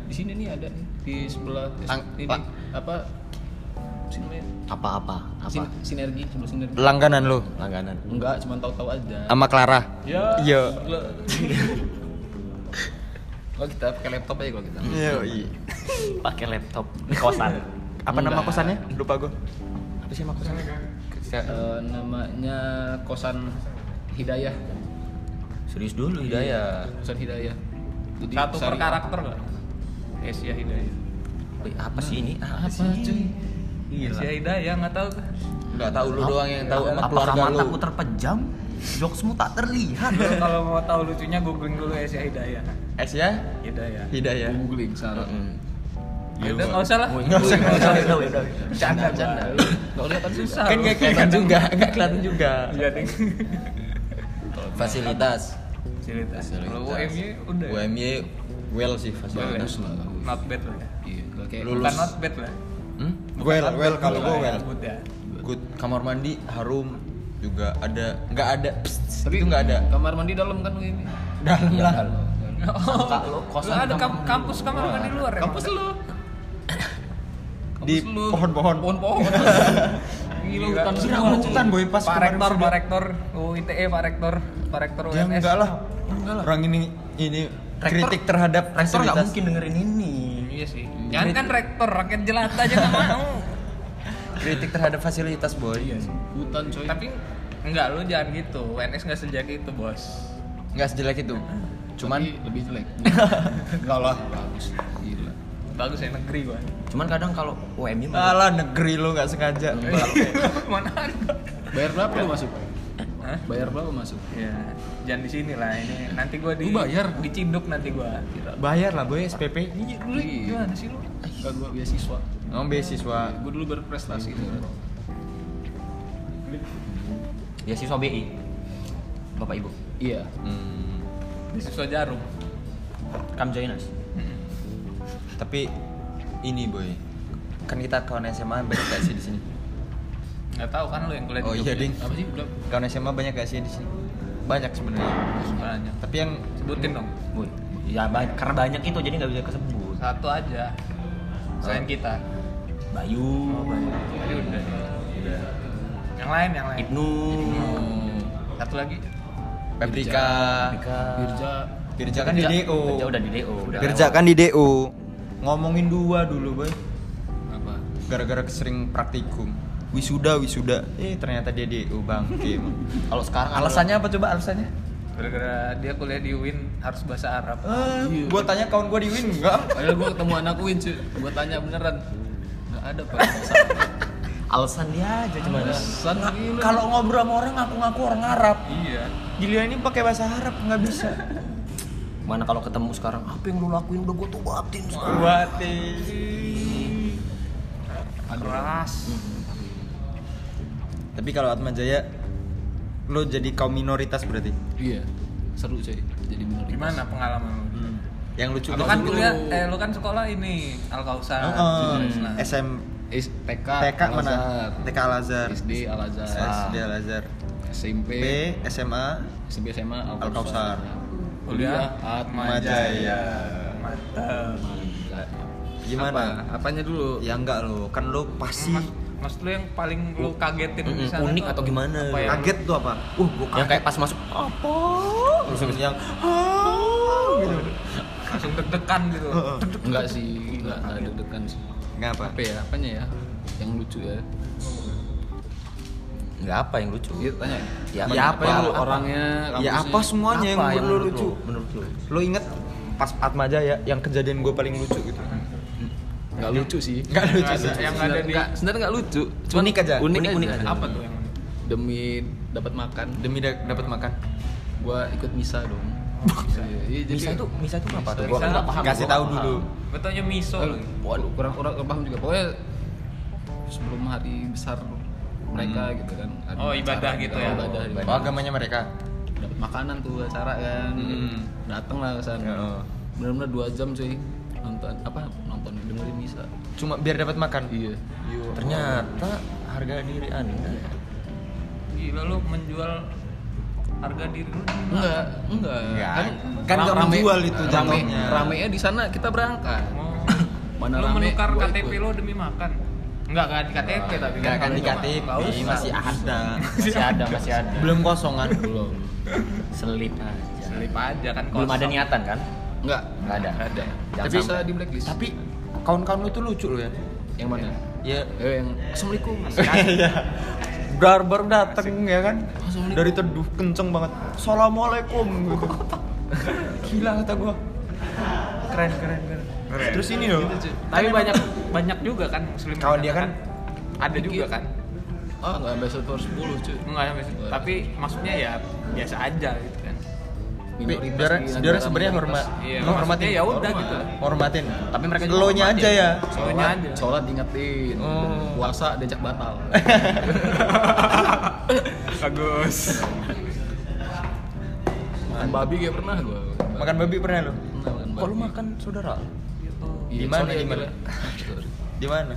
S5: Di sini nih ada nih di sebelah
S3: Ang-
S5: ini
S3: Pak.
S5: apa? Sini namanya?
S4: Apa-apa? Apa?
S5: Sin- sinergi sebelah sinergi.
S3: Langganan lo
S4: Langganan.
S5: Enggak, cuma tahu-tahu aja.
S3: sama Clara.
S5: Ya.
S3: Iya.
S5: gila. Kalau kita pakai laptop aja kalau kita.
S3: Iya.
S4: Pakai laptop di kosan.
S3: Apa nama
S5: Enggak.
S3: kosannya? Lupa gue.
S4: Apa sih maksudnya?
S5: Eh, namanya kosan Hidayah.
S4: Serius
S3: Iya.
S4: dulu Hidayah.
S5: Kosan Hidayah. Jadi
S2: satu per
S5: syariah.
S2: karakter nggak Asia Hidayah
S4: Wih, apa sih ini? Apa,
S5: Apa cuy?
S2: Asia Hidayah nggak tahu tuh.
S3: Enggak tahu Iya. lu doang yang tahu sama
S4: Apakah
S3: keluarga lu.
S4: mataku terpejam? Jokesmu tak terlihat.
S2: Lu kalau mau tahu lucunya googling dulu Asia Hidayah
S3: Es ya?
S2: Hidayah
S3: Hidayah.
S5: Googling Sarah.
S3: Iya,
S2: Ya udah nggak usah lah.
S3: Nggak usah, nggak usah.
S2: Bercanda, bercanda.
S5: Enggak kelihatan susah.
S2: Susah.
S3: Kan nggak kelihatan juga, nggak kelihatan juga.
S2: Iya ding.
S3: Fasilitas.
S2: Fasilitas. Kalau UMY udah. ya?
S3: UMY well sih fasilitas.
S5: Susah.
S2: Not bad lah. ya.
S5: Iya, nggak kayak
S3: Lulus.
S2: Bukan not bad lah.
S3: Hmm? Well,
S2: Not
S3: well
S2: bad
S3: kalau
S2: lah
S3: gue
S2: ya,
S3: well.
S2: good ya.
S3: Good. Kamar mandi harum juga ada nggak ada psst,
S5: Tapi
S3: itu nggak ada
S5: Kamar mandi dalam kan ini.
S3: dalam lah
S2: Oh,
S4: Kalau kosan
S2: lu ada
S4: kamar
S2: kamp- kampus kamar mandi luar ya?
S5: Kampus lu.
S3: di
S5: Kampus lu.
S3: pohon-pohon
S5: Pohon-pohon. Gila hutan
S3: Gila,
S5: semua. cuy.
S3: hutan, boy pas
S2: Pak
S3: kemarin
S2: Rektor,
S3: sudah-
S2: Pak Rektor Oh, UITE, E, Pak Rektor, Pak Rektor
S3: ya
S2: UNS.
S3: enggak lah orang ini ini kritik terhadap
S4: Rektor nggak
S3: fasilitas.
S4: mungkin dengerin ini.
S2: Iya sih. Jangan kan rektor, rakyat jelata aja nggak mau.
S3: kritik terhadap fasilitas boy
S5: Hutan coy.
S2: gitu. Tapi enggak lu jangan gitu. UNS enggak sejak itu, Bos.
S3: nggak sejelek itu cuman
S5: Tapi lebih jelek. Enggak lah. Bagus. Gila.
S2: Bagus ya negeri gua.
S4: Cuman kadang kalau UMI mah
S3: Alah negeri lu nggak sengaja.
S2: Iya. Mana ada?
S5: Bayar berapa lu masuk?
S2: Hah?
S5: Bayar berapa masuk?
S2: Ya, jangan di sini lah ini. Nanti gua di
S5: Lu bayar?
S2: diciduk nanti gua.
S3: Bayar lah boy SPP.
S2: Ini dulu
S5: Iya.
S2: gimana sih lu?
S5: Enggak gua beasiswa.
S3: Ngomong beasiswa.
S2: Iya.
S5: Gua dulu berprestasi itu.
S4: beasiswa BI. E. Bapak Ibu,
S5: Iya.
S3: Hmm,
S2: Beasiswa jarum.
S4: come join us.
S3: tapi ini boy. Kan kita kawan SMA banyak gak sih di sini?
S2: Enggak tahu kan lu yang kuliah
S3: Oh
S2: di
S3: iya
S2: Jogja.
S3: ding.
S5: Apa sih? Berapa?
S3: Kawan SMA banyak gak sih di sini? Banyak sebenarnya.
S2: Banyak.
S3: Tapi yang
S2: Sebutin dong.
S4: Bu, ya ba- karena banyak itu jadi nggak bisa kesebut.
S2: Satu aja. Selain kita.
S4: Oh, Bayu,
S2: Jadi udah. Yang lain, yang lain.
S4: Ibnu,
S3: hmm,
S2: Satu lagi.
S3: Paprika,
S4: Mika,
S5: Birja.
S3: Birja kan di DO.
S4: Birja udah di DO, E udah.
S3: Birja kan di DO. Ngomongin dua dulu boy.
S5: Apa?
S3: Gara-gara sering praktikum. Wisuda, wisuda. Eh ternyata dia DO bangke. emang.
S4: Kalau sekarang
S3: Alasannya apa coba alasannya?
S2: Gara-gara dia kuliah di UIN harus bahasa Arab.
S3: Eh,
S5: Iya.
S3: gua tanya kawan gua di Win enggak?
S5: Padahal gua ketemu anak Win cuy. Gua tanya beneran. Enggak ada Pak.
S4: alasan dia aja cuma ada.
S5: Alasan gila.
S3: Kalau ngobrol sama orang ngaku-ngaku orang Arab.
S2: Iya.
S3: Giliran ini pakai bahasa Arab nggak bisa.
S4: Mana kalau ketemu sekarang apa yang lu lakuin udah gua tuh batin sekarang.
S3: eh.
S2: Keras.
S3: Tapi kalau Atma Jaya lo jadi kaum minoritas berarti.
S5: Iya. Seru cuy. Jadi minoritas.
S2: Gimana pengalaman lu?
S3: Yang lucu
S2: Lu
S3: tuh-
S2: kan
S5: dulu.
S2: kuliah, eh lu kan sekolah ini Al Kausar.
S3: Ah, Heeh.
S2: Nah,
S3: SM
S5: Is- TK,
S3: TK mana?
S5: Al-Azhar.
S3: TK Al-Azhar.
S5: SD Al Azhar,
S3: SD Al-Azhar.
S5: SMP,
S3: B SMA
S5: SMP SMA
S3: Al Kausar.
S2: kuliah
S5: Atma
S3: Jaya.
S2: Mantap.
S3: Gimana?
S5: Apa? Apanya dulu?
S3: Ya enggak lo, kan lo pasti
S2: Mas, maksud lu yang paling lu kagetin
S4: Mm-mm,
S2: di sana
S4: unik
S2: tuh
S4: atau
S2: apa?
S4: gimana?
S2: Apa ya? yang
S3: kaget tuh apa? Uh, gua
S4: Yang Ya, kayak pas masuk
S3: apa? Terus yang "Ah," gitu.
S2: langsung deg-degan gitu.
S5: Enggak sih, enggak enggak deg-degan sih.
S3: Kenapa?
S5: Apa ya? Apanya ya? Yang lucu ya.
S4: nggak apa yang lucu.
S5: Iya tanya.
S4: Ya,
S5: Ya, apa
S4: apa?
S5: yang lu- orangnya?
S3: Ya apa
S5: kampusnya?
S3: semuanya
S4: Apa
S3: yang menurut lo lucu?
S4: lu- Menurut lu.
S3: Lo inget pas Atma aja ya yang kejadian gue paling lucu gitu.
S5: Enggak lucu sih.
S3: Enggak lucu
S2: Nggak ada
S3: sih.
S2: yang ada di
S5: Enggak, sebenarnya enggak lucu. Cuma
S3: Unik aja.
S5: Unik,
S4: Unik- unik
S5: aja.
S4: aja.
S2: apa tuh yang unik?
S5: Demi dapat makan,
S3: Demi da- dapat makan.
S5: gua ikut misa dong. Iya, iya, jadi-
S4: Misa itu misa itu apa tuh? Gua
S2: Misa
S4: nggak
S2: apa?
S4: paham.
S3: Kasih
S4: gua nggak
S3: tahu
S4: paham.
S3: dulu.
S2: Gua taunya miso.
S5: Waduh, waduh kurang kurang kurang paham juga. Pokoknya sebelum hari besar mereka gitu kan. ada
S2: Oh,
S5: acara
S2: ibadah gitu ya.
S5: Ibadah,
S3: Oh, agamanya mereka.
S5: Dapat makanan tuh acara kan.
S3: Hmm.
S5: Datang lah ke sana.
S3: Ya, oh.
S5: Benar-benar 2 jam cuy nonton apa nonton dengerin misa.
S3: Cuma biar dapat makan.
S5: Iya.
S4: Ternyata harga diri Anda.
S3: ya.
S2: Gila lu menjual harga diri lu.
S5: Enggak, enggak.
S3: Enggak. Kan
S5: ra-
S3: nggak
S5: rame-
S3: menjual itu
S5: rame,
S3: jatuhnya.
S5: ramenya di sana kita berangkat.
S2: Oh.
S5: Mana
S2: lu
S5: rame,
S2: menukar
S5: gua
S2: KTP
S5: ikut.
S2: lu demi makan. Enggak kan di KTP tapi
S3: Enggak kan di KTP
S2: Enggak usah.
S3: masih ada.
S4: Masih Iya, ada, masih ada.
S3: Belum kosongan.
S5: Belum.
S4: Selip aja.
S2: Selip aja kan
S4: Belum ada
S2: kosong.
S4: niatan kan?
S5: Enggak.
S4: Nggak ada.
S5: Enggak ada.
S4: Jangan
S5: Tapi bisa
S4: sampai.
S5: di blacklist.
S3: Tapi kawan-kawan lu tuh lucu lo ya.
S5: yang mana?
S3: Ya
S5: Eh, yang Assalamualaikum.
S3: Dar baru Iya. dateng ya kan
S5: Assalamualaikum.
S3: dari teduh kenceng banget assalamualaikum gitu gila kata gua keren keren keren terus ini loh
S2: Tapi banyak banyak juga kan muslim.
S3: Kawan
S2: yang
S3: dia kan
S2: ada juga kan.
S5: Oh, enggak sampai 110, cuy.
S2: Enggak ya, maksud- tapi maksudnya ya biasa aja gitu kan.
S3: biar
S5: di antara
S3: biar sebenarnya hormat
S5: minoritas.
S2: Iya,
S3: menghormatin
S2: maksudnya ya udah gitu.
S3: hormatin tapi
S4: mereka juga
S3: lo nya aja
S4: hormatin.
S3: ya
S2: Soalnya
S5: Sholat,
S2: aja.
S5: sholat diingetin.
S3: Oh.
S5: Puasa diajak batal.
S2: Bagus.
S5: makan babi gak pernah gua.
S3: makan Oh, babi pernah lo
S5: Pernah makan babi.
S4: Kok lu makan saudara?
S5: Iya,
S3: Di mana,
S5: sorry ya,
S3: di mana?
S5: gila. Sorry.
S3: di mana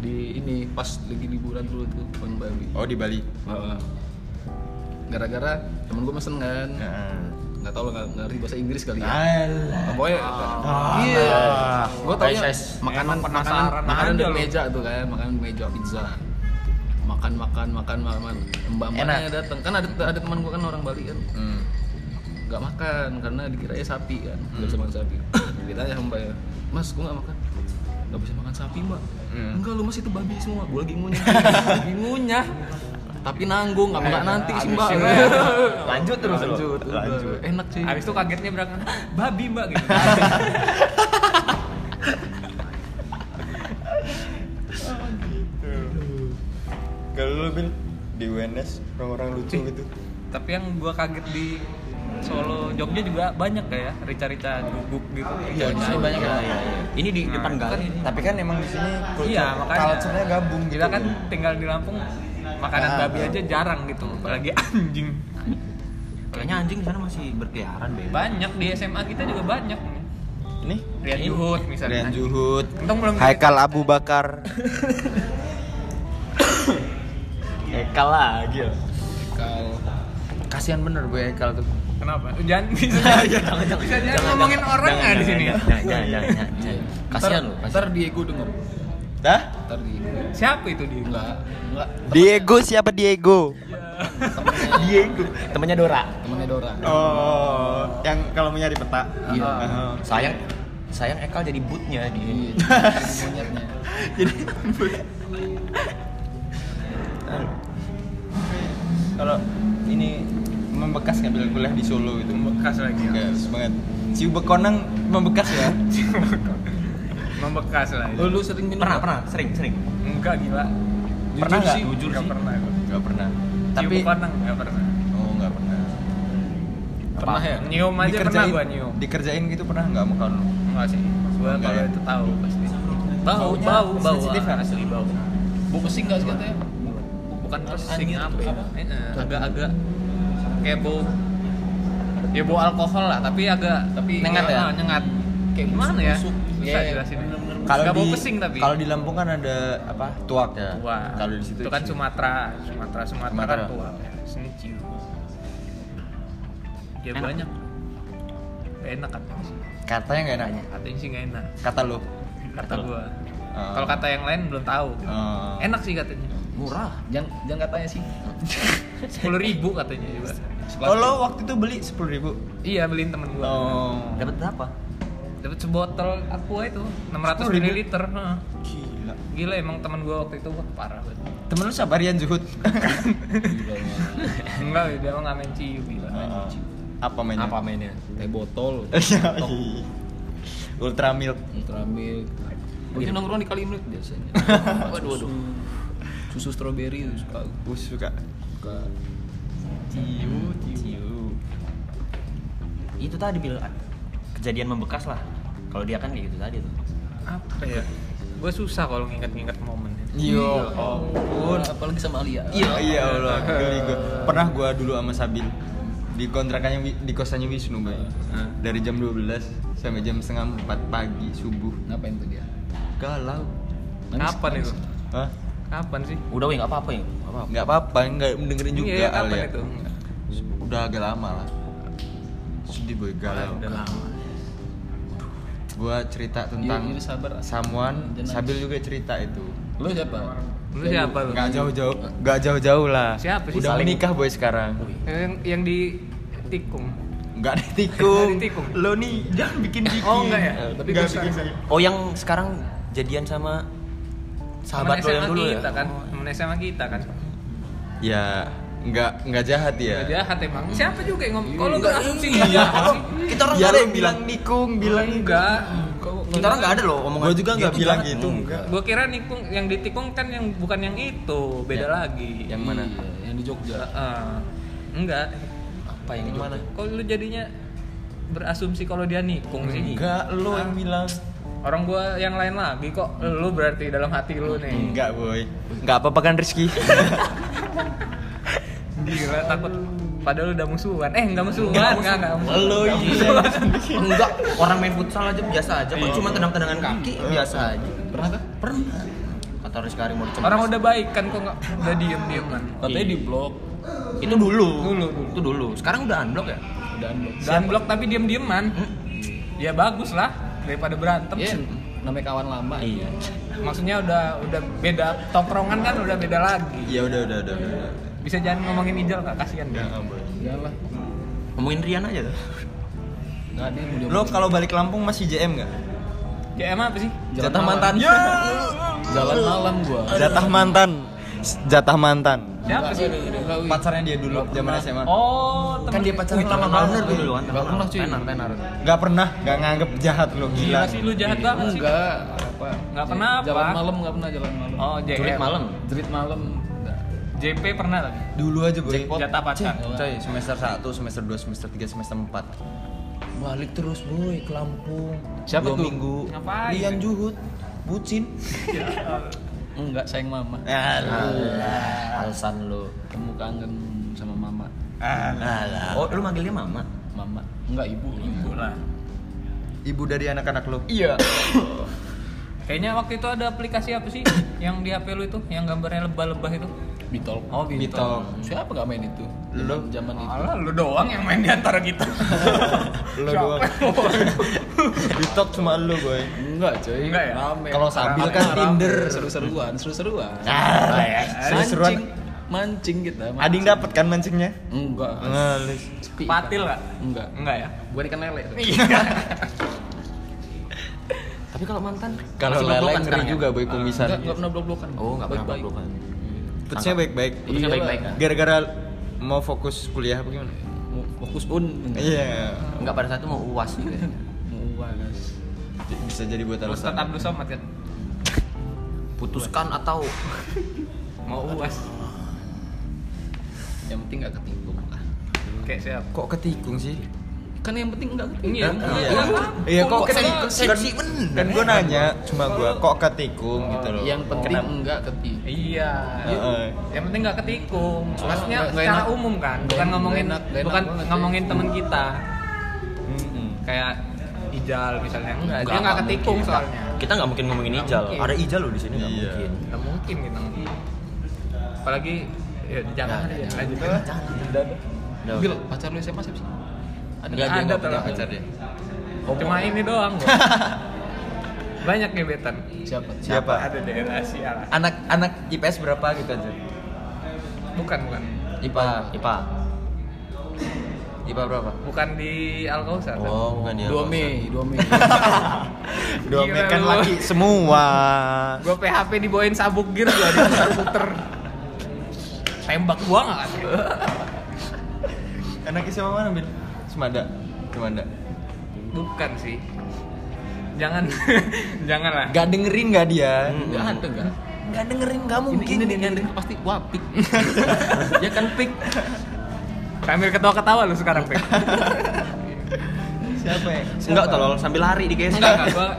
S5: Di ini pas lagi liburan dulu tuh makan babi.
S3: oh di Bali
S5: Heeh. Gara-gara temen gua mesen kan.
S2: Ya.
S3: Nah.
S5: Nggak tau lo nggak ngerti bahasa Inggris kali
S2: Ah.
S5: ya.
S3: Alah.
S5: Nah, Pokoknya iya. Gua tau
S4: Guys, guys,
S5: makanan
S2: emang
S5: makanan
S2: penasaran
S5: makanan
S2: aja
S5: di
S2: lu.
S5: meja tuh kan, makanan di meja pizza. Makan makan makan makan mbak mbaknya datang kan ada ada teman gua kan orang Bali kan
S3: Hmm.
S5: nggak makan karena dikiranya sapi kan nggak bisa makan sapi ditanya sama mbaknya mas gua nggak makan nggak bisa makan sapi mbak
S3: Hmm.
S5: enggak lu mas itu babi semua gue lagi ngunyah lagi ngunyah tapi nanggung nggak nggak nanti sih mbak
S2: Habisin aja.
S4: Lanjut terus lo.
S5: lanjut, udah.
S4: Lanjut.
S5: enak sih
S2: Habis itu kagetnya berangkat babi mbak gitu.
S3: Kalau lu Bil, di UNS orang-orang lucu gitu.
S2: Tapi yang gua kaget di Solo Jogja juga banyak kayak ya, rica-rica guguk gitu.
S3: Iya, di sini banyak
S4: Iya,
S3: kan.
S4: iya, iya. Ini di
S2: Nah,
S4: depan
S2: itu
S4: gal.
S2: kan ini.
S3: Tapi kan emang di sini
S2: Iya, makanya.
S3: culture-nya gabung gitu.
S2: Kita kan tinggal di Lampung, makanan
S3: Ah,
S2: babi aja jarang gitu, apalagi anjing.
S4: Kayaknya anjing di sana masih berkeliaran, Be.
S2: Banyak di SMA kita juga banyak. Iya.
S3: ini
S2: Rian Juhut misalnya.
S3: Rian Juhut,
S2: Untung belum
S1: Haikal Abu Bakar.
S4: Ekal lagi. ya. lo.
S3: kasihan bener gue Ekal tuh.
S2: Kenapa? Jangan bisa jangan, bisa jangan, ngomongin orang nggak di sini.
S4: Jangan, jangan, jangan, jangan, jangan. Kasihan lo.
S5: Iya. ntar Diego denger
S3: Dah?
S5: ntar Diego
S2: Siapa itu dia?
S5: enggak enggak
S1: Diego siapa Diego?
S3: Diego.
S4: Temennya Dora.
S5: temennya Dora
S3: Oh, yang kalau mau nyari peta. Ah,
S5: Iya.
S3: Heeh.
S4: Sayang sayang Ekal jadi bootnya di
S5: Iya, monyetnya
S3: Kalau ini membekas nggak Bil, kuliah di Solo gitu?
S2: Membekas lagi. ya.
S3: Membekas banget. Si Bekonang membekas ya?
S2: Membekas lagi.
S5: Oh, lu, lu sering minum
S4: Pernah,
S5: nggak?
S4: pernah, sering, sering.
S2: Enggak gila.
S3: Pernah nggak?
S2: sih, jujur nggak pernah. gua.
S3: Gak pernah.
S2: Tapi
S3: Tapi
S2: konang nggak pernah.
S3: oh nggak pernah.
S5: pernah ya
S2: Nyium aja pernah gua nyium.
S3: dikerjain gitu pernah nggak sama kamu?
S2: Enggak sih. Gua
S3: Enggak
S2: kalau
S3: ya?
S2: itu tahu pasti.
S5: bau
S3: Baunya
S5: bau bau
S3: sensitif kan?
S5: asli bau bau pesing nggak sih katanya bukan
S2: Pusing apa ya? Eh, Agak-agak kayak bau ya bau alkohol lah, tapi agak
S5: Tapi-
S2: nyengat ya.
S5: Ah,
S2: Nyengat. Kayak gimana ya?
S5: busuk.
S2: Susah
S5: Iya, iya.
S2: jelasin.
S3: Kalau
S2: Nggak
S3: di
S2: bau pesing tapi.
S3: kalau di Lampung kan ada apa? Tuak ya.
S2: Wah,
S3: Kalau di situ
S2: itu kan Sumatera, Sumatera, Sumatera,
S3: Sumatera.
S2: kan tua. Sini ciu. Ya
S4: Enak.
S2: banyak. Gak enak katanya sih.
S3: katanya nggak enaknya.
S2: Katanya sih gak enak.
S3: Kata lu.
S2: Kata
S4: Betul.
S2: gua.
S3: Ah.
S2: Kalau kata yang lain belum tahu.
S3: Eh,
S2: Enak sih katanya.
S5: murah jangan jangan katanya sih
S2: Sepuluh ribu katanya juga.
S3: Oh lo waktu itu beli sepuluh ribu?
S2: Iya beliin temen gua.
S3: Oh.
S4: Dapat berapa?
S2: Dapat sebotol aqua itu
S3: 10.000.
S2: 600 ml. Heeh.
S3: Gila.
S2: Gila emang temen gua waktu itu wah, parah banget.
S3: Temen lu siapa Rian Zuhud?
S2: Enggak, dia mah nggak main ciu gila.
S4: Ah.
S3: Heeh. apa mainnya?
S4: Apa mainnya?
S5: teh botol
S3: Iya, iya. Ultra milk.
S5: ultramilk gue tuh nongkrong di kali menit biasanya waduh waduh susu stroberi itu suka
S3: Gue suka.
S5: suka
S3: Ciu, ciu.
S4: Itu tadi bil kejadian membekas lah. Kalau dia kan kayak gitu tadi tuh.
S2: Apa ya? Gua susah kalau nginget-nginget momennya.
S3: Yo,
S5: ampun apalagi sama Alia
S3: Iya, iya Allah. Geli gua. Pernah gua dulu sama Sabil di kontrakannya Wi- di kosannya Wisnu Bay. Dari jam 12 sampai jam setengah 4 pagi subuh.
S5: ngapain tuh dia
S3: Galau.
S5: Nangis-
S2: Kapan itu?
S3: Hah?
S2: Kapan sih?
S4: Udah weh enggak apa-apa ya. Nggak apa-apa.
S3: Enggak apa-apa, enggak dengerin juga
S2: Iya, kapan
S3: Alia.
S2: itu?
S3: Udah agak lama lah. Sedih boy galau.
S2: Udah lama.
S3: Gua cerita tentang
S5: Iya, iya, sabar.
S3: Samuan,
S5: Jangan
S3: Sabil juga cerita itu.
S5: lu siapa
S2: Lu siapa lu?
S3: Enggak jauh-jauh, enggak jauh-jauh lah.
S2: Siapa sih?
S3: Udah
S2: Saling. Oh, iya.
S3: menikah boy sekarang.
S2: Yang, yang di tikung.
S3: Enggak ditikung.
S2: Nggak ditikung.
S3: Lo nih jangan bikin bikin.
S2: Oh, nggak ya?
S3: Tapi
S2: Tapi
S3: enggak
S2: gua
S3: bikin
S2: salah.
S3: bikin.
S4: Oh yang sekarang jadian sama sahabat
S2: Temen
S4: lo yang
S2: SMA
S4: dulu ya?
S2: kita kan, temen SMA kita kan.
S3: Ya, enggak enggak jahat ya.
S2: Gak jahat emang. Siapa juga yang ngomong? Kalau
S4: Enggak,
S2: gak asumsi
S4: Hmm. iya.
S2: nggak jahat sih.
S4: Kita orang
S3: ya
S4: nggak
S3: lo
S4: ada yang bilang
S3: bilang nikung, bilang
S2: enggak.
S4: kita orang nggak ada loh omongan.
S3: Gue juga enggak
S4: gitu
S3: bilang
S4: banget.
S3: gitu. Enggak.
S2: Gua kira nikung yang ditikung kan yang bukan yang itu,
S3: Ya.
S2: beda lagi.
S3: Yang mana?
S5: Iya, yang di Jogja
S2: Heeh. enggak.
S4: Apa yang gimana?
S2: Kok lu jadinya berasumsi kalau dia nikung sih?
S3: Enggak, lo yang bilang.
S2: Orang gua yang lain lagi kok lu berarti dalam hati lu nih.
S3: Enggak, boy. Enggak apa-apa kan Rizky?
S2: Gila takut padahal lu udah musuhan. Eh, enggak musuhan, enggak enggak. musuhan.
S4: Oh,
S3: lo iya.
S4: Enggak, orang main futsal aja biasa aja. Kok cuma tendang-tendangan kaki biasa aja.
S5: pernah kan
S4: Iya. Pernah. Kata Rizky Ari mau dicemas.
S2: Orang udah baik kan kok nggak udah diem dieman.
S5: katanya di blok
S4: itu dulu.
S2: Dulu, dulu.
S4: Itu dulu. Sekarang udah unblock ya?
S5: dan blok
S2: Dan blok tapi diem dieman. Ya bagus lah daripada berantem.
S3: Iya.
S5: ya namanya kawan lama
S4: Iya.
S2: Maksudnya udah udah beda tongkrongan kan udah beda lagi.
S3: Ya udah udah udah. udah.
S2: Bisa jangan ngomongin Ijal nggak kasihan deh.
S3: Enggak, boy.
S5: janganlah
S4: Ngomongin Rian aja tuh.
S5: nggak ada yang mau
S3: Lo
S5: diomongin.
S3: kalau balik Lampung masih JM enggak?
S2: JM apa sih?
S5: Jatah mantan.
S2: Ya.
S5: Jalan malam gua.
S3: Jatah mantan. Jatah mantan.
S2: Siapa sih?
S3: Pacarnya dia dulu zaman SMA.
S2: Oh,
S3: kan dia pacaran lama
S4: Bener
S3: banget.
S4: gue dulu kan.
S5: Gak pernah cuy. Tenar, tenar.
S3: Gak pernah, gak nganggep jahat lo
S2: gila
S3: gila.
S2: Iya sih lu jahat banget sih.
S5: Enggak. Apa?
S2: Nggak pernah apa.
S5: Jalan malam enggak pernah jalan malam.
S2: Oh, JM.
S4: Curit malam.
S5: Jerit malam. Nggak.
S2: JP pernah tapi.
S3: Dulu aja gue.
S2: Jatah pacar.
S3: Coy, semester 1, semester 2, semester 3, semester 4 Balik terus boy ke Lampung
S5: Siapa
S3: Dua
S5: tuh?
S3: minggu
S2: Ngapain?
S3: Lian Juhud Bucin
S5: Enggak sayang mama.
S4: Alah, alasan lu.
S5: Kamu kangen sama mama.
S4: Alah. Oh, lu manggilnya mama.
S5: Mama. Enggak ibu. Ibu lah.
S3: Ibu dari anak-anak lo
S5: Iya.
S2: Kayaknya waktu itu ada aplikasi apa sih yang di HP lu itu yang gambarnya lebah-lebah itu?
S5: Bitol.
S2: Oh,
S3: Bitol
S5: Siapa gak main itu?
S3: Lu?
S5: Zaman, zaman itu.
S2: Alah, lu doang yang main di antara kita.
S3: Lo
S2: Siapa
S3: doang
S2: yang mau main?
S3: Bitok cuma lo boy
S5: Enggak cuy.
S2: Enggak ya?
S5: Rame.
S3: Kalau Sabil kan
S5: Rame. Ya.
S3: Tinder.
S5: Seru-seruan, seru-seruan. Ah,
S3: Seru-seruan.
S5: Mancing, mancing kita. mancing.
S3: Ading dapat kan mancingnya?
S5: Enggak.
S3: Ngelis
S5: Sepi.
S2: Patil nggak?
S5: Enggak.
S2: Enggak ya?
S5: Bukan ikan lele. tuh.
S2: Iya.
S4: Tapi kalau mantan
S3: Kalau
S4: masih
S3: lele
S4: blok-blokan
S3: ngeri
S4: sekarang ya?
S3: juga boy
S5: Enggak,
S3: kumisan
S5: enggak pernah blok-blokan.
S4: Oh, enggak pernah
S5: Baik-baik.
S4: blok-blokan.
S3: Putusnya baik-baik
S4: Putusnya
S5: Iya,
S4: baik-baik kan?
S3: Gara-gara mau fokus kuliah apa gimana?
S5: Mau Fokus un.
S3: Iya
S4: Enggak pada saat itu mau uas gitu. ya.
S5: Muas.
S3: J- Bisa jadi buat
S2: Ustaz
S3: alasan
S2: Abdul Somad kan.
S4: Putuskan atau
S2: Mau UAS.
S5: Yang penting enggak ketikung lah.
S2: Kayak siap.
S3: Kok ketikung sih?
S5: Kan yang penting enggak ketikung.
S2: Iya,
S5: Kan?
S2: iya.
S3: Iya kok
S4: ketikung?
S3: ketikung
S4: Sensi
S3: Kan-
S4: bener.
S3: Kan gue nanya cuma gue kok ketikung gitu loh.
S5: Yang penting enggak ketikung.
S2: Iya.
S3: Heeh.
S2: Yang penting nggak ketikung. Maksudnya
S5: nggak- nggak
S2: secara
S5: enak.
S2: umum kan,
S5: Nggak
S2: bukan
S5: enak,
S2: ngomongin
S5: nggak enak, nggak enak
S2: bukan
S5: banget ya.
S2: ngomongin teman kita.
S3: Mm-mm.
S2: Kayak Ijal misalnya. Enggak,
S4: Nggak,
S2: dia nggak
S4: nggak
S2: ketikung
S4: mungkin.
S2: soalnya.
S4: kita nggak mungkin ngomongin Ijal.
S2: mungkin.
S4: Ada Ijal loh di sini nggak
S3: Iya.
S4: mungkin.
S2: Nggak mungkin kita ngomongin. Apalagi ya jangan
S4: Nggak,
S2: ya,
S4: jangan,
S2: lanjut.
S4: Udah,
S5: Bil,
S4: udah.
S5: pacar lu SMA siapa sih? Ada
S3: Enggak dia
S2: Ada
S3: nggak
S2: tuh
S3: pernah
S2: lah.
S3: pacar dia.
S4: Oh,
S2: Cuma ini doang. Bro. Banyak gebetan.
S5: siapa?
S3: Siapa?
S2: Ada daerah Asia lah.
S3: Anak anak IPS berapa gitu aja?
S2: Bukan bukan.
S3: IPA
S4: IPA.
S3: IPA berapa?
S2: Bukan di Alkausar. kan?
S3: Oh bukan dia.
S5: 2 Mei, 2 Mei.
S3: Dua
S2: Gila
S3: Mei kan
S2: lu.
S3: laki semua.
S2: Gua PHP dibawain sabuk gear gua di puter. Tembak gua enggak kan?
S3: Anak SMA Kan mana bin? Semada. Semada.
S2: Bukan sih. Jangan jangan lah.
S3: Gak dengerin gak dia?
S5: Enggak ada enggak.
S3: Gak dengerin gak
S5: Mungkin ini, ini, ini, pasti wah pik. ya kan pik.
S2: Sambil ketawa-ketawa lu sekarang, Pek.
S3: Siapa ya?
S4: Enggak tolol sambil lari di GS.
S2: Enggak, enggak, gua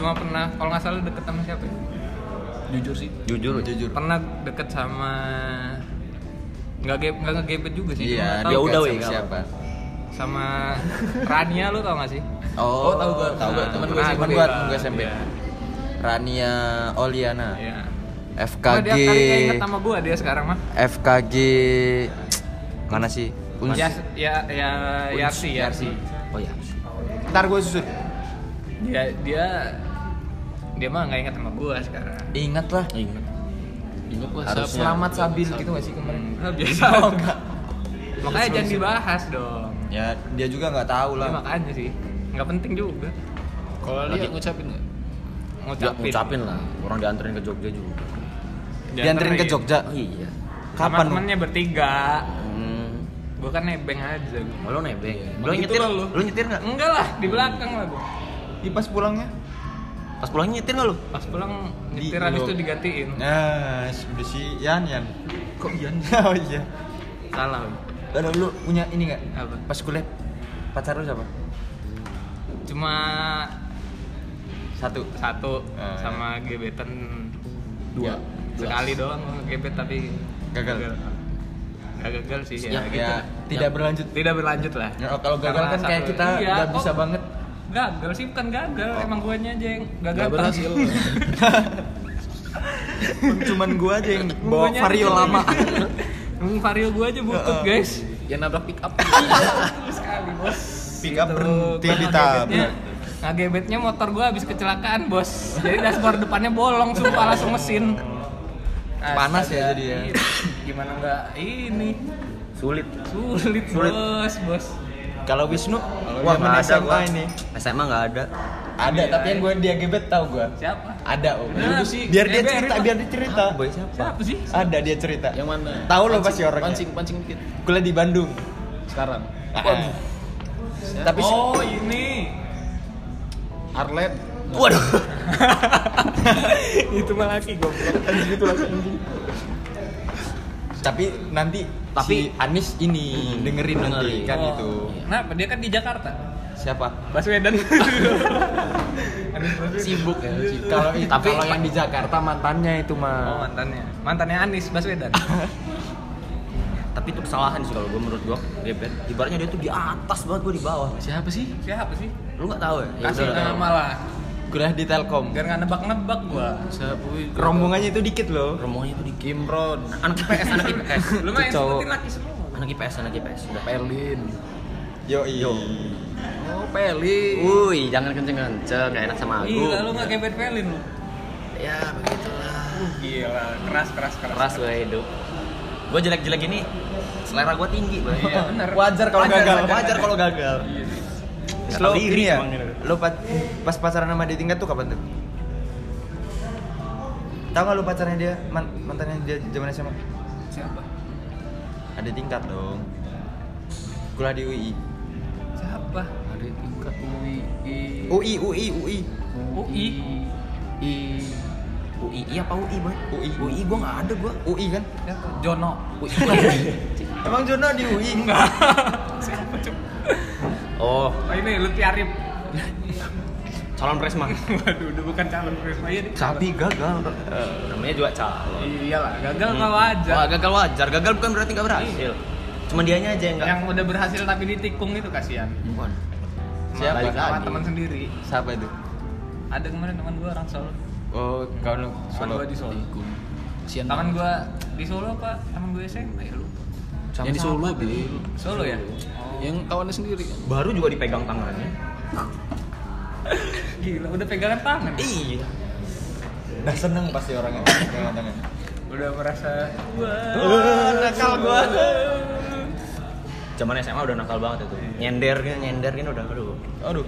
S2: cuma pernah kalau nggak salah deket sama siapa ya?
S5: Jujur sih.
S3: Jujur jujur.
S2: Pernah deket sama nggak ge nggak ngegebet juga sih.
S3: Iya,
S2: cuma
S3: dia
S2: tahu kan
S3: udah
S4: udah,
S3: sama
S4: weh,
S3: siapa?
S2: sama Rania lu tau gak sih? Nah,
S5: Oh, tahu gua, tahu gua. Temen gua
S3: temen
S2: pernah
S5: sih.
S2: Ah, gua
S3: gua,
S2: bilang.
S3: temen gua Nah, SMP.
S2: Iya.
S3: Rania Oliana.
S2: Iya. Wah,
S3: FKG
S2: dia kali nggak inget sama gua dia sekarang mah.
S3: FKG mana sih? Uns.
S2: Ya, ya, ya, Yarsi, Yarsi.
S4: Oh ya.
S3: Ntar gue susun.
S2: Dia, dia, dia mah nggak inget sama gua sekarang.
S3: Ingat lah.
S4: Ingat.
S5: Ingat gua
S3: Harus
S5: siapa.
S3: selamat sabil gitu gak sih kemarin?
S2: Nah, biasa.
S3: Oh,
S2: Makanya jangan dibahas dong.
S3: Ya dia juga nggak tahu
S2: Ya,
S3: lah.
S2: makanya sih. Nggak penting juga.
S5: Kalau dia
S4: Lagi-
S5: Iya, ngucapin enggak?
S4: Enggak ngucapin lah. Orang dianterin ke Jogja juga.
S3: Dianterin ke Jogja.
S4: Oh, iya.
S2: Kapan? Sama
S3: Kapan?
S2: temennya bertiga.
S4: Hmm.
S2: Gua kan nebeng aja. gua.
S4: Oh, lo nebeng.
S3: Iya.
S4: Lo
S5: Emang gitu
S4: nyetir
S5: lah lu.
S4: Lo nyetir enggak?
S2: Enggak lah, di belakang lah gua.
S3: Di pas pulangnya?
S4: Pas pulang nyetir enggak lo?
S2: Pas pulang
S3: Di-
S2: nyetir habis
S3: lo-
S2: itu digantiin.
S3: Nah, udah si Yan Yan.
S5: Kok Ian?
S3: oh iya.
S2: Salah. Wi.
S3: Lalu lu punya ini nggak?
S2: Apa?
S3: Pas kuliah pacar lu siapa?
S2: Cuma
S3: Satu.
S2: satu
S3: Ah,
S2: sama gebetan
S5: Dua.
S2: sekali doang gua gebet tapi
S3: Gagal.
S2: Gak gagal sih
S3: Ya,
S2: ya. gitu.
S3: ya, tidak berlanjut.
S2: Tidak berlanjut lah.
S3: Ya, kalau gagal
S2: Karena
S3: kan kayak
S2: satu-
S3: kita
S2: iya,
S3: nggak
S2: kok-
S3: bisa banget.
S2: Gagal sih bukan gagal,
S3: Oh.
S2: emang guanya aja yang gagal.
S5: Enggak berhasil.
S3: Cuman gua aja yang bawa
S2: Guanya
S3: vario
S2: aja.
S3: lama.
S2: Emang vario gua aja butut, guys.
S5: Yang nabrak pick up.
S2: Sekali, Bos. Gitu.
S3: Pick up berhenti
S2: Gua
S3: ditabrak.
S2: ngagebetnya- Ngagebetnya motor gua habis kecelakaan, Bos. Jadi dashboard depannya bolong, sumpah langsung mesin. iya.
S3: Panas ya jadi ya.
S2: Gimana enggak ini?
S4: Sulit.
S2: Sulit,
S4: Sulit.
S2: Bos, Bos.
S3: Kalau Wisnu,
S4: Kalau
S3: wah
S4: nggak
S3: mana
S4: ada
S3: SMA
S4: gua.
S3: ini?
S4: SMA enggak ada.
S3: Ada,
S2: Iya.
S3: tapi yang gue dia gebet tau gue.
S2: Siapa?
S3: Ada oh. om.
S2: Beneran.
S5: sih.
S3: Biar dia
S2: Gebet.
S3: cerita, biar dia cerita.
S4: Boy siapa?
S2: Siapa sih?
S3: Ada dia cerita.
S5: Yang mana?
S3: Tahu lo
S5: Pancing-
S3: pasti orangnya.
S5: Pancing, pancing dikit.
S3: Kuliah di Bandung.
S5: Sekarang.
S3: Waduh. Tapi se-
S2: Oh, ini.
S5: Arlet.
S4: Waduh.
S2: itu mah laki goblok.
S3: tapi nanti si
S4: Tapi-
S3: Anis ini
S4: Hmm,
S3: dengerin nanti kan
S4: dengerin.
S2: Oh.
S3: itu.
S2: Kenapa? Dia kan di Jakarta.
S3: Siapa?
S2: Baswedan. Anies Baswedan.
S5: Sibuk ya. sibuk.
S3: Kalau i-
S4: Tapi-
S3: kalau yang di Jakarta mantannya itu
S2: Oh,
S3: mah.
S2: mantannya. Mantannya Anies Baswedan.
S4: Tapi itu kesalahan sih kalau gue menurut gue. Gebet. Ibaratnya dia tuh di atas banget gue di bawah.
S5: Siapa sih?
S2: Siapa sih?
S4: Lu nggak tahu ya? Ya
S2: Kasih
S4: udah,
S2: nama lah.
S3: Kuliah di Telkom.
S2: Biar nggak nebak-nebak gua.
S5: Siapa?
S3: Rombongannya itu dikit loh.
S4: Rombongannya tuh di
S5: Kimron.
S4: anak IPS, anak IPS.
S2: Lu mah yang
S3: cowok.
S2: sebutin laki semua.
S4: Anak IPS, anak IPS. Udah.
S5: Perlin.
S3: Yo iyo.
S5: Oh, Peli.
S4: Wuih, jangan kenceng-kenceng, gak enak sama aku.
S2: Gila, lu nggak gebet pelin lu.
S4: Ya begitulah.
S2: Uh, gila, keras keras keras.
S4: Keras gue hidup. Gue jelek-jelek ini selera gue tinggi, Bang.
S2: Iya, benar.
S3: Wajar kalau gagal.
S4: Wajar kalau gagal.
S2: Iya sih.
S4: Nggak
S3: Lo
S4: tahu diri
S3: ini ya.
S4: emang gitu.
S3: Lo pa- pas pacaran sama dia tingkat tuh kapan tuh? Tahu nggak lo pacarnya dia man- mantannya dia zaman SMA?
S2: Siapa?
S3: Ada tingkat dong. Kuliah di UI.
S2: Siapa?
S5: Ada tingkat UI.
S3: UI UI UI.
S2: UI.
S5: I.
S4: UI iya apa UI, Bang?
S3: UI.
S4: UI gue nggak ada gue.
S3: UI kan?
S2: Siapa? Jono.
S3: Emang Jono di UI? Enggak.
S2: Siapa cuk?
S4: Oh,
S2: Oh ini Lutfi Arif.
S4: calon presma.
S2: Waduh, udah bukan calon presma ya nih.
S3: Tapi gagal.
S4: Namanya juga calon.
S2: Iyalah, gagal mah wajar.
S4: Wah, gagal wajar. Gagal bukan berarti nggak berhasil. Cuma dianya aja yang nggak.
S2: Yang udah berhasil tapi ditikung itu kasihan.
S4: Bukan.
S3: Siapa?
S2: Sama- Sama
S4: Lagi.
S2: teman sendiri.
S3: Siapa itu?
S2: Ada kemarin teman gua orang Solo.
S3: Oh, kawan lo
S2: Teman
S3: Solo.
S2: gua di Solo.
S5: Sian
S2: Teman gua di Solo apa? Teman gua SMA ya lupa.
S5: Yang di Solo, Bil.
S2: Solo ya?
S5: Yang kawannya sendiri kan.
S4: Baru juga dipegang tangannya.
S2: Gila, udah pegangan tangan.
S4: Iya.
S3: Udah seneng pasti orangnya. Pegangan tangan.
S2: Udah merasa
S3: Wah, nakal gua.
S4: Zaman SMA udah nakal banget itu. Nyender kan, nyender kan udah aduh.
S3: Aduh,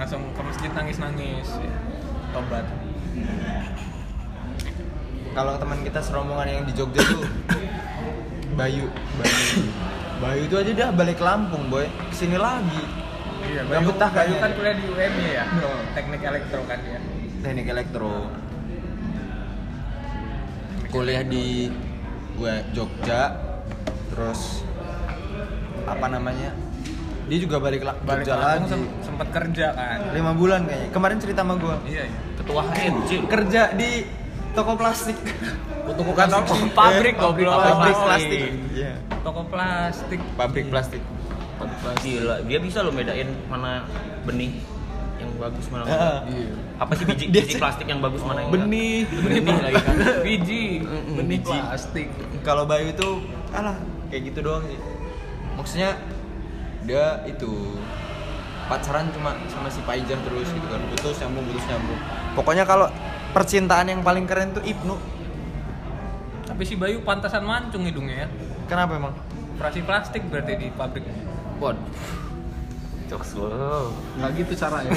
S2: langsung ke masjid nangis-nangis. ya.
S3: tobat. Kalau teman kita serombongan yang di Jogja tuh Bayu, Bayu. Bayu itu aja dah balik Lampung, boy. Kesini lagi.
S2: Iya,
S3: Nggak
S2: Bayu,
S3: betah
S2: Bayu
S3: kayaknya.
S2: kan kuliah di UM ya,
S3: No.
S2: teknik elektro kan dia.
S3: Teknik elektro. Kuliah di gue Jogja. Terus apa namanya? Dia juga balik, la-
S2: Balik
S3: Jogja
S2: Lampung
S3: lagi.
S2: sem- sempet kerja kan.
S3: Lima bulan kayaknya. Kemarin cerita sama gue.
S2: Iya, iya.
S4: Ketua HMJ.
S3: kerja di toko plastik
S5: Toko
S3: bukan
S5: plastik.
S3: toko
S2: Pabrik,
S3: Eh, pabrik,
S2: goblok.
S3: pabrik
S2: Plastik.
S3: plastik Iya.
S2: Toko plastik.
S3: pabrik plastik
S5: Toko plastik.
S4: Gila, dia bisa loh bedain mana benih yang bagus mana enggak.
S3: Heeh.
S5: Iya.
S4: Apa sih biji,
S3: Dia
S4: biji
S3: sih-
S4: plastik yang bagus mana yang enggak?
S5: Benih, benih lagi kan.
S2: Biji,
S5: Mm-mm,
S2: benih
S5: biji.
S2: plastik.
S3: kalau Bayu itu alah kayak gitu doang sih maksudnya dia itu pacaran cuma sama si Paijah terus gitu kan putus nyambung putus nyambung pokoknya kalau percintaan yang paling keren tuh Ibnu
S2: Tapi si Bayu pantasan mancung hidungnya ya.
S3: kenapa emang
S2: Operasi plastik berarti di pabrik.
S5: Waduh.
S4: Jokes lo.
S5: Nggak gitu caranya.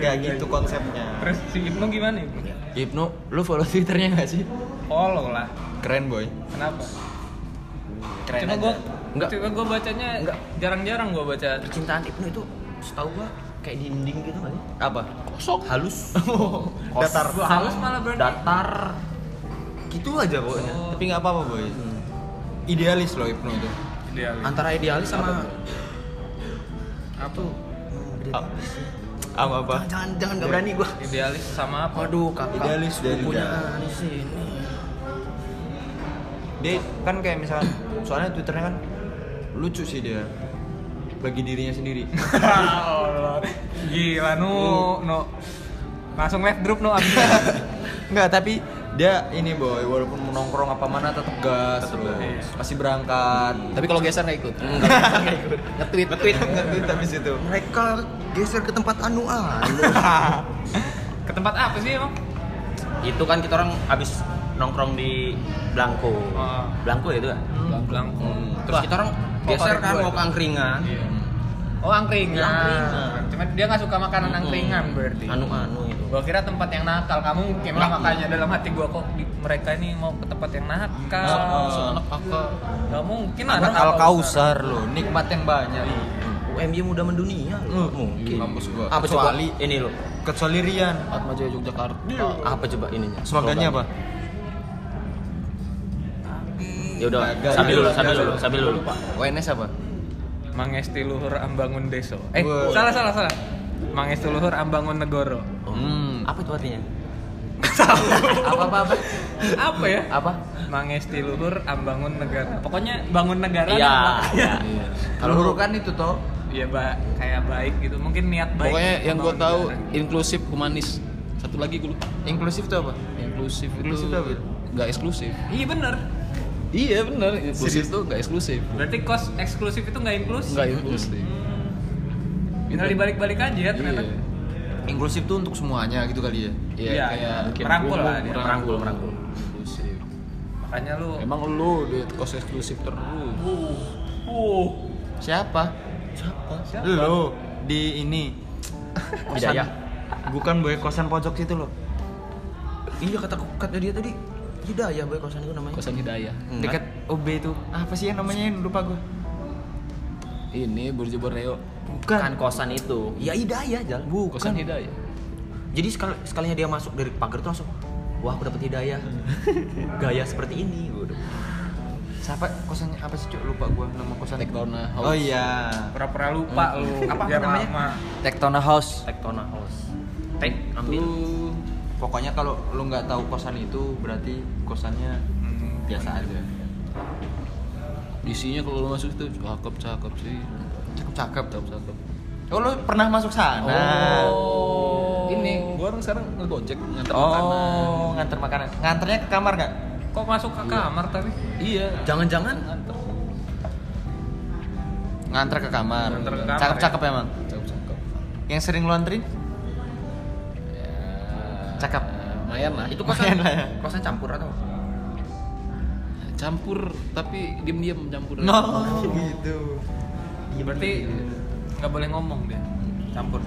S3: ya gitu konsepnya
S2: Terus si Ibnu gimana Ibnu?
S3: Ibnu lu follow twitternya gak sih
S2: Follow lah.
S3: keren boy
S2: Kenapa?
S3: keren
S2: cuma
S3: aja.
S2: gua
S4: Enggak.
S2: cuma gua bacanya jarang-jarang gua baca
S4: Percintaan Ibnu itu setahu gua kayak dinding gitu kali.
S3: apa
S4: Kosong. Halus.
S3: datar
S2: Gua halus malah berarti.
S4: datar gitu aja pokoknya
S2: Oh,
S3: tapi nggak apa-apa boy idealis loh Ibnu itu
S2: idealis.
S4: antara idealis sama
S2: apa?
S3: Apa? apa apa
S4: jangan jangan nggak berani gua
S2: Idealis sama apa?
S4: waduh kakak
S3: Idealis dari
S4: punya
S3: udah.
S4: di sini
S3: dia kan kayak misalkan soalnya twitternya kan lucu sih dia bagi dirinya sendiri
S2: Allah. Gila nu nu langsung left group nu abis.
S3: nggak tapi dia ini boy walaupun mau nongkrong apa mana tetap gas loh
S2: iya.
S3: pasti berangkat
S5: Tapi kalau geser nggak ikut. Nge-tweet.
S3: tweet nge-tweet habis itu
S4: mereka geser ke tempat anu ah
S2: Ke tempat apa sih emang?
S4: itu kan kita orang abis nongkrong di Blangko
S2: Ah.
S4: Blangko ya itu kan
S2: Blanko.
S3: Hmm.
S4: terus kita orang
S2: favorit
S4: geser kan
S2: gua
S4: mau
S2: itu.
S4: ke angkringan
S2: Iya. Oh angkring.
S4: Ya.
S2: Cuman dia nggak suka makanan angkringan berarti.
S4: Anu-anu Hmm. Anu, itu.
S2: Gua kira tempat yang nakal. Kamu gimana makanya dalam hati gua kok di- mereka ini mau ke tempat yang nakal.
S5: Masuk anak kakak
S2: Gak mungkin
S3: Anak Iya.
S2: nakal.
S3: Iya. Al Kausar lo, nikmat yang banyak.
S4: UMY udah mendunia loh. Mungkin.
S3: Kampus gua.
S4: Apa coba
S3: Kecuali
S4: ini loh?
S3: kecuali Rian.
S5: Atma Jaya Yogyakarta
S4: Apa coba ininya?
S3: Slogannya apa?
S4: Ya udah,
S3: Gagal.
S4: sambil dulu, sambil
S3: Gagal.
S4: dulu, sambil dulu.
S5: UNS apa?
S2: Mangesti Luhur Ambangun Deso. Eh,
S3: Wah.
S2: salah salah salah. Mangesti Luhur Ambangun Negoro.
S3: Hmm.
S4: Apa itu artinya?
S5: apa apa apa
S2: Apa ya?
S5: apa
S2: Mangesti Luhur Ambangun Negara. Pokoknya bangun negara.
S4: Iya.
S2: Iya.
S5: kalau huruf kan itu toh
S2: Iya, Mbak. Kayak baik gitu. Mungkin niat baik.
S5: pokoknya yang gue
S2: membangun
S5: tahu
S2: negara.
S5: inklusif humanis satu lagi gue lupa
S3: Inklusif itu apa?
S5: inklusif itu
S3: Inklusif apa?
S5: nggak eksklusif
S2: Iya bener.
S5: iya bener inklusif itu nggak eksklusif
S2: Berarti kos eksklusif itu nggak inklusif.
S5: nggak inklusif
S2: Tinggal dibalik-balik aja ya ternyata.
S5: Iya.
S3: Inklusif tuh untuk semuanya gitu kali ya.
S5: Iya,
S2: Iya,
S5: kayak
S2: iya. Merangkul lah dia.
S5: merangkul,
S4: merangkul.
S5: Inklusif.
S2: Makanya lu.
S5: Emang lu di kos eksklusif terus.
S2: Uh. Uh.
S5: Siapa?
S2: Siapa?
S3: Lo di ini
S4: Bidayah.
S3: bukan boy kosan pojok situ lo.
S4: Iya kata kata dia tadi. Hidayah boy kosan itu namanya.
S5: Kosan Hidayah.
S3: Dekat OB itu. Apa sih yang namanya yang lupa gua?
S5: Ini Burjo Borneo.
S4: Bukan kosan itu. Ya hidayah jalan.
S5: Kosan Hidayah.
S4: Jadi sekali sekalinya dia masuk dari pagar tuh langsung wah aku dapat hidayah. Gaya seperti ini gua udah.
S3: Siapa kosannya apa sih cuk lupa gua nama kosan.
S5: Tektona
S3: Oh
S5: House.
S3: iya.
S2: Pura-pura lupa lu.
S4: Apa- apa
S2: Biar
S4: namanya?
S2: lama.
S3: Tektona House.
S4: Tektona House. Tek
S5: Itu
S4: ambil.
S3: Pokoknya kalau lo nggak tahu kosan itu berarti kosannya
S2: Hmm.
S3: biasa aja.
S5: isinya kalau lu masuk itu cakep cakep sih.
S3: Cakep cakep.
S5: Cakep Nah. cakep.
S3: Oh lo pernah masuk sana?
S5: Oh. Ini gua orang sekarang ngegojek nganter makanan.
S3: Oh, nganter makanan. Nganternya ke kamar nggak?
S2: Kok masuk ke kamar tapi?
S5: Iya.
S4: Jangan-jangan
S5: Nganter.
S3: Nganter ke kamar.
S2: Nganter ke kamar,
S4: ya?
S3: Cakep-cakep emang.
S5: Cakep cakep.
S3: Yang sering lo anterin?
S5: Ya.
S3: Cakep.
S5: Lumayan lah.
S4: itu
S3: Lumayan
S4: kosan
S3: lah ya.
S4: kosan campur atau
S5: campur tapi diem diem campur.
S3: gitu.
S2: Iya, Berarti nggak boleh ngomong dia. Campur.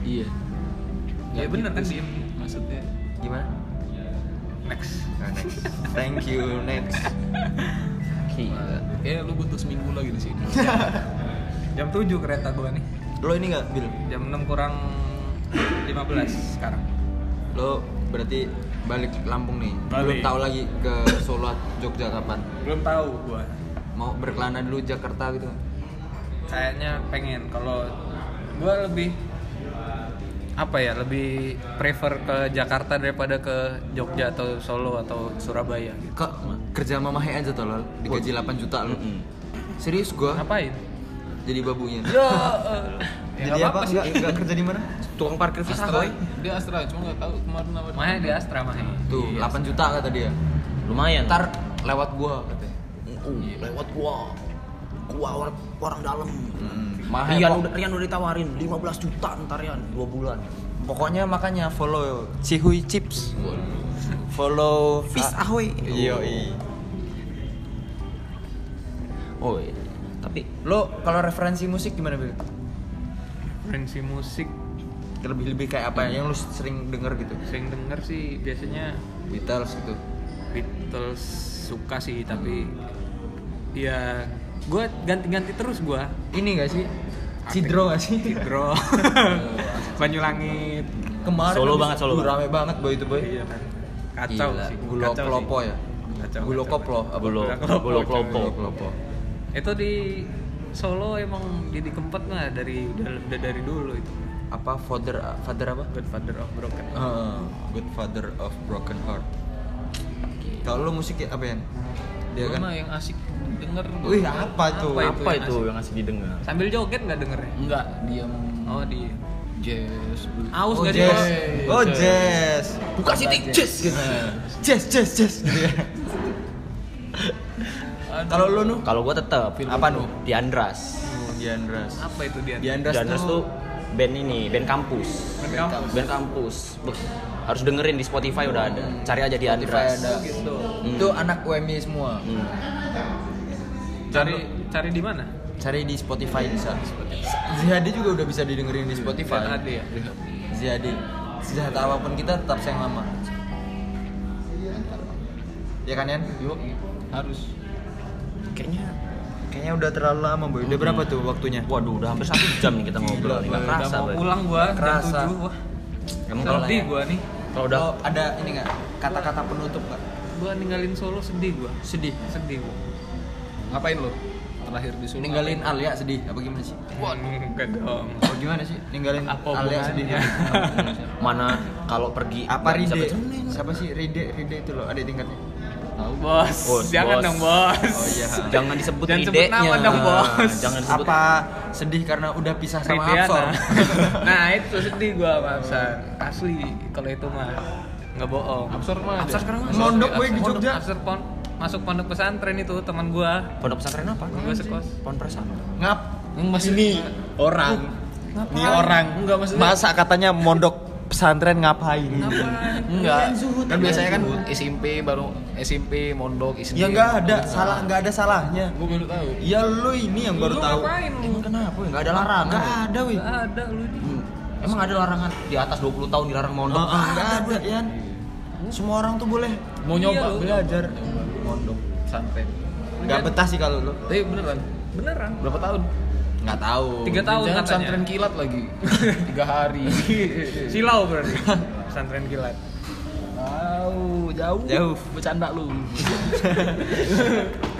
S5: Iya.
S2: Iya
S5: Nggak
S2: bener
S5: gitu
S2: kan
S5: sih.
S2: diem.
S5: Maksudnya
S3: Gimana?
S2: Next.
S3: Nah, next. Thank you next.
S5: Iya. Kayaknya lu butuh seminggu lagi di sini.
S2: Jam 7 kereta gua nih.
S3: Lo ini nggak Bil?
S2: Jam 6 kurang 15 sekarang.
S3: Lo berarti balik Lampung nih. Belum
S2: Balik.
S3: tahu lagi ke Solo Jogja kapan.
S2: Belum tahu gua.
S3: Mau berkelana dulu Jakarta gitu.
S2: Kayaknya pengen kalau gua lebih apa ya lebih prefer ke Jakarta daripada ke Jogja atau Solo atau Surabaya gitu.
S3: Kok kerja mamahe aja tolol, digaji 8 juta lo. Serius gua
S2: Ngapain?
S3: jadi babunya.
S2: Ya.
S3: Jadi apa? Enggak enggak kerja di mana?
S4: tukang parkir Vista boy
S5: Dia Astra, cuma nggak tahu kemarin apa.
S2: Mahnya di Astra mahnya.
S3: Tuh, 8 juta kata dia.
S4: lumayan
S3: Ntar lewat gua katanya.
S4: lewat gua gua orang, orang dalam Hmm.
S3: Mahal.
S4: Rian udah Rian udah ditawarin 15 juta ntar Rian 2 bulan
S3: Pokoknya makanya follow Cihui Chips. Follow
S4: Fis
S3: Ah,
S4: ahoy
S3: Iya, iya.
S4: oh iya. tapi
S3: Lo kalau referensi musik gimana, Bil?
S2: Referensi musik
S3: Lebih lebih kayak apa ya? yang lo sering denger gitu?
S2: sering denger sih biasanya
S3: Beatles gitu.
S2: Beatles suka sih tapi ya gue ganti-ganti terus gue
S3: Ini gak sih? Cidro gak sih?
S2: Cidro Banyulangit
S3: Kemarin
S4: Solo
S3: habis
S4: banget, solo
S3: itu
S4: banget.
S3: Rame banget boy itu boy.
S2: iya kan kacau
S3: Gila,
S2: sih
S3: Gulo
S2: kacau sih.
S3: Klopo ya?
S2: Kacau,
S3: Gulo
S2: kacau,
S3: Koplo. apa?
S4: Gulo
S2: Kelopo.
S4: Gulo Kelopo
S3: Gulo Klopo.
S2: itu di Solo emang jadi kempet nggak dari udah, udah dari dulu itu
S3: Apa father uh, father apa?
S2: Godfather of Broken
S3: Eh, good father of broken heart. Kalau lo musik ya, apa ya? Dia kan.
S5: Mana yang asik denger?
S3: Wih, apa tuh?
S2: Apa
S4: apa
S2: itu
S4: itu yang ngasih didengar
S2: sambil joget nggak dengernya
S5: Enggak, diam.
S2: oh di
S5: Jazz.
S2: aus
S3: Oh
S2: nggak
S3: jazz.
S2: sih
S3: Oh jazz.
S5: Buka Siti, jazz.
S3: Jazz jazz jazz. Kalau lo nu
S4: kalau gua tetap
S3: Apa, Nu?
S4: Diandras
S3: Diandras.
S2: apa itu dia
S3: Diandras,
S4: Diandras tuh band ini band kampus
S2: Mereka
S4: band kampus Beh, harus dengerin di Spotify udah ada cari aja Diandras
S3: ada.
S2: gitu
S3: Itu anak UMI semua.
S4: Hmm.
S2: cari cari di mana
S3: cari di Spotify bisa Zihadi juga udah bisa didengerin di Spotify
S5: ada ya
S3: Zihadi sejahat apapun kita tetap sayang lama ya kan Yan?
S5: yuk harus
S4: Kayaknya
S3: kayaknya udah terlalu lama boy udah berapa tuh waktunya
S4: Waduh, udah hampir satu jam nih kita ngobrol.
S3: Gila,
S4: Nggak
S3: Boy.
S4: kerasa,
S2: Udah mau
S4: Boy.
S2: pulang ya. gua jam
S3: Kerasa.
S2: 7 wah.
S4: Emang kalau
S2: Sedih gua nih.
S4: kalau udah
S3: Oh, ada ini nggak kata-kata penutup nggak
S2: Gua ninggalin Solo sedih gua.
S3: sedih
S2: Sedih gua.
S5: ngapain lo terakhir di Solo
S3: ninggalin Alia sedih apa gimana sih
S2: Wah, enggak dong.
S3: apa Oh, gimana sih ninggalin
S2: Apa
S3: Alia sedih
S2: hubungannya?
S4: mana kalau pergi
S3: apa
S4: nggak bisa
S3: Ride
S4: bercermin.
S3: siapa sih Ride Ride itu loh ada tingkatnya
S2: Tahu, Oh, Bos.
S4: Bos,
S2: Jangan
S4: bos.
S2: dong, Bos.
S3: Oh, iya.
S4: Jangan disebut
S2: Jangan sebut
S4: idenya.
S2: nama dong, Bos.
S4: Jangan disebut ya,
S3: apa sedih karena udah pisah sama
S2: Ridiana.
S3: Absol
S2: nah, itu sedih gua sama Absan. Asli kalau itu mah nggak bohong.
S5: absurd mah
S4: Absurd sekarang
S5: Absurd,
S3: mondok
S5: ya,
S3: gue di
S5: absurd.
S3: Jogja
S2: Absan pon- masuk pondok pesantren itu teman gua.
S4: Pondok pesantren apa?
S2: Teman gua sekos.
S4: Pondok pesantren.
S3: ngap
S5: yang masih
S3: ini orang ini orang
S5: Enggak, maksudnya-
S3: masa katanya mondok pesantren ngapain
S2: Ngapain?
S5: enggak kan biasanya kan
S3: Zuhud.
S5: SMP baru SMP mondok SMP
S3: ya nggak ada salah nggak ada salahnya
S5: gue baru tahu
S3: ya lu ini yang baru
S2: Lu
S3: tahu
S2: Ngapain lu?
S4: Emang kenapa? Enggak ada larangan.
S3: nggak ada wih
S2: Nggak ada lu ini.
S4: Hmm. Emang ada larangan di atas 20 tahun dilarang mondok.
S3: Nggak ada, Yan. Semua orang tuh boleh
S5: mau
S2: Iya,
S5: nyoba
S2: lu.
S3: belajar. Mondok.
S5: santai
S3: Gak betah sih kalau lu.
S5: tapi beneran
S2: Beneran.
S5: berapa tahun
S3: Nggak tahu.
S2: Tiga tahun
S5: Jangan
S2: katanya.
S5: pesantren kilat lagi tiga hari
S2: Silau berarti. Pesantren kilat.
S5: Jauh, jauh.
S3: Jauh.
S5: Bercanda lu.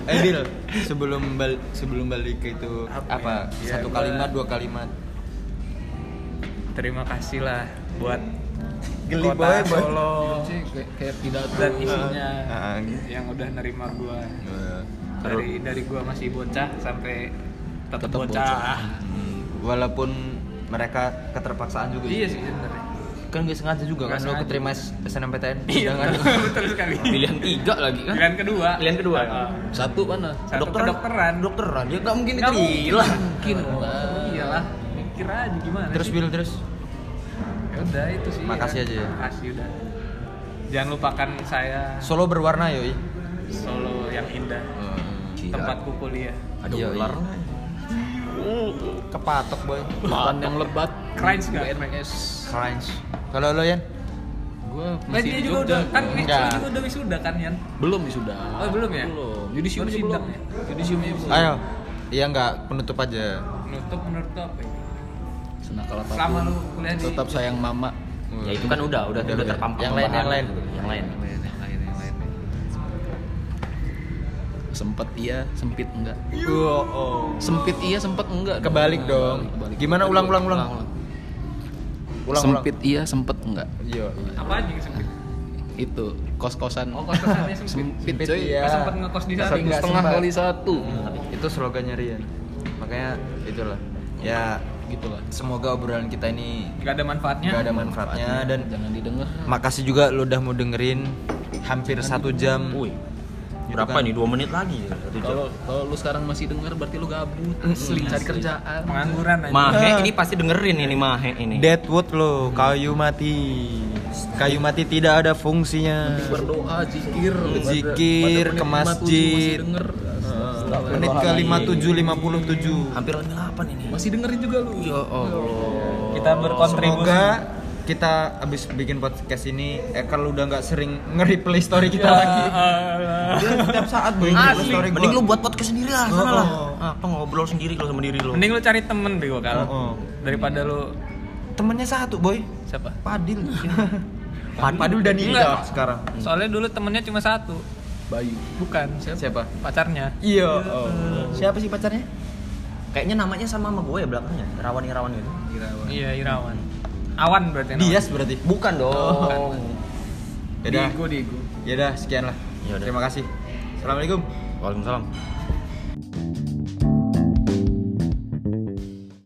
S3: Eh, Dil, sebelum bal- sebelum balik ke itu
S2: Apa
S3: apa?
S2: ya?
S3: Satu
S2: Ya,
S3: kalimat, dua
S2: gua-
S3: kalimat.
S2: Terima kasih lah buat
S3: Geli
S2: Kota
S3: boy, boy.
S2: Solo
S5: Sih, kayak, kayak pidato.
S2: dan isinya
S3: Ah, ah, gitu.
S2: yang udah nerima gua
S3: Gua-
S2: dari dari gua masih bocah sampai tetap
S5: Tetep
S2: bocah.
S5: bocah.
S3: hmm, Walaupun mereka keterpaksaan juga. ya.
S2: Iya sih sebenarnya.
S3: Kan gak sengaja juga
S2: Nggak
S3: kan lu
S2: sengaja.
S3: keterima SNMPTN.
S2: Iya
S3: undangan.
S2: betul sekali.
S3: Iya.
S5: Pilihan tiga lagi kan?
S2: Pilihan kedua.
S4: Pilihan kedua.
S2: Ah,
S5: Satu mana?
S2: Satu kedokteran.
S4: Dokteran. Ya enggak mungkin
S2: Nggak
S4: diterima. Iya.
S2: mungkin. oh, Iyalah. Mikir aja gimana.
S3: Terus
S2: sih.
S3: Bill terus.
S2: Ya udah itu sih.
S3: Makasih aja ya.
S2: Makasih udah. Jangan lupakan saya
S3: Solo berwarna, yoi.
S2: Solo yang indah.
S3: Hmm.
S2: Tempatku kuliah.
S4: Ada
S3: Iya,
S4: ular.
S3: iya. Kepatok, boy.
S5: Makan yang lebat.
S2: Crunch nggak?
S5: BNS.
S3: Crunch. Kalau lo, Yan?
S5: Gue
S2: Eh,
S5: masih
S2: dia
S5: di
S2: juga
S5: Jogja.
S2: udah kan dia
S3: Enggak.
S2: juga udah wisuda kan Yan?
S5: Belum ya sudah.
S2: Oh, belum ya?
S5: Belum. Yudisiumnya
S2: Baru
S5: belum.
S2: sidang ya?
S5: Yudisiumnya belum.
S3: Ayo. Iya nggak penutup aja.
S2: Menutup menurut lo apa? ya?
S5: Senakal apapun.
S2: Selama lu kuliah di
S5: Tetap sayang mama.
S4: Ya itu kan udah, udah, udah terpampang.
S3: Yang lain, yang lain.
S4: bahan. Yang lain.
S5: Sempet iya, sempit enggak.
S3: Yo, oh.
S5: Sempit iya, sempet enggak. Nah,
S3: Kebalik dong.
S5: Kebalik.
S3: Gimana? Ulang, ulang, ulang. Ulang,
S5: Sempit iya, sempet enggak.
S3: Yo.
S2: apa aja gitu? yang
S3: Iya.
S2: sempit?
S5: Itu kos-kosan.
S2: Oh, kos-kosannya sempit.
S5: sempit
S3: Sempit,
S5: coy.
S3: iya.
S2: Nggak sempet ngekos di sana.
S5: Satu
S3: Nggak
S5: setengah
S3: sempat.
S5: kali satu.
S2: Nah,
S3: Itu slogannya Rian. Makanya itulah. Ya,
S5: Gitulah.
S3: semoga obrolan kita ini
S2: Gak ada Ya. manfaatnya.
S3: nggak ada manfaatnya dan
S5: jangan didengar.
S3: makasih juga lo udah mau dengerin hampir satu jam.
S4: Wih.
S3: Gitu
S4: Berapa
S3: Hmm. kan.
S4: nih? 2 menit lagi. ya? Satu jam.
S5: Kalau kalau lu sekarang masih dengar berarti lu gabut.
S3: Mm,
S4: Asli.
S5: Cari kerjaan.
S2: Pengangguran aja.
S4: Mahe ini pasti dengerin ini Mahe ini.
S3: Deadwood lo, kayu mati. Kayu mati tidak ada fungsinya.
S5: Berdoa, zikir,
S3: Mm. Zikir,
S5: Pada- pada
S3: ke
S5: menit
S3: masjid.
S5: 57 Masih denger.
S3: Menit ke 5757.
S4: Hampir 8 ini.
S5: Masih dengerin juga lu. Ya
S3: oh.
S2: Kita berkontribusi.
S3: Semoga kita abis bikin podcast ini eh kalau udah nggak sering nge-replay story kita lagi. Iya. Dia setiap saat boy nge-replay story
S4: Mending
S3: gua.
S4: lu buat podcast sendiri lah,
S3: Oh,
S4: sana lah.
S3: oh.
S4: Apa ngobrol sendiri kalau sama diri lu?
S2: Mending lu cari temen bego kalau
S3: Oh, oh.
S2: daripada lu
S3: temennya satu boy.
S2: siapa?
S3: Padil. Padil, Padil udah nikah sekarang.
S2: Soalnya dulu temennya cuma satu,
S5: Bayu.
S2: bukan
S3: Siapa?
S2: pacarnya.
S3: Iya. oh. Siapa sih pacarnya?
S4: Kayaknya namanya sama sama gue ya belakangnya. Irawan-irawan gitu.
S2: Iya Irawan. Awan berarti. namanya.
S3: Dias berarti.
S4: Bukan dong.
S3: Ya udah.
S5: Diego, Diego.
S3: Ya udah sekian lah.
S4: Ya udah.
S3: Terima kasih. Assalamualaikum.
S4: Waalaikumsalam.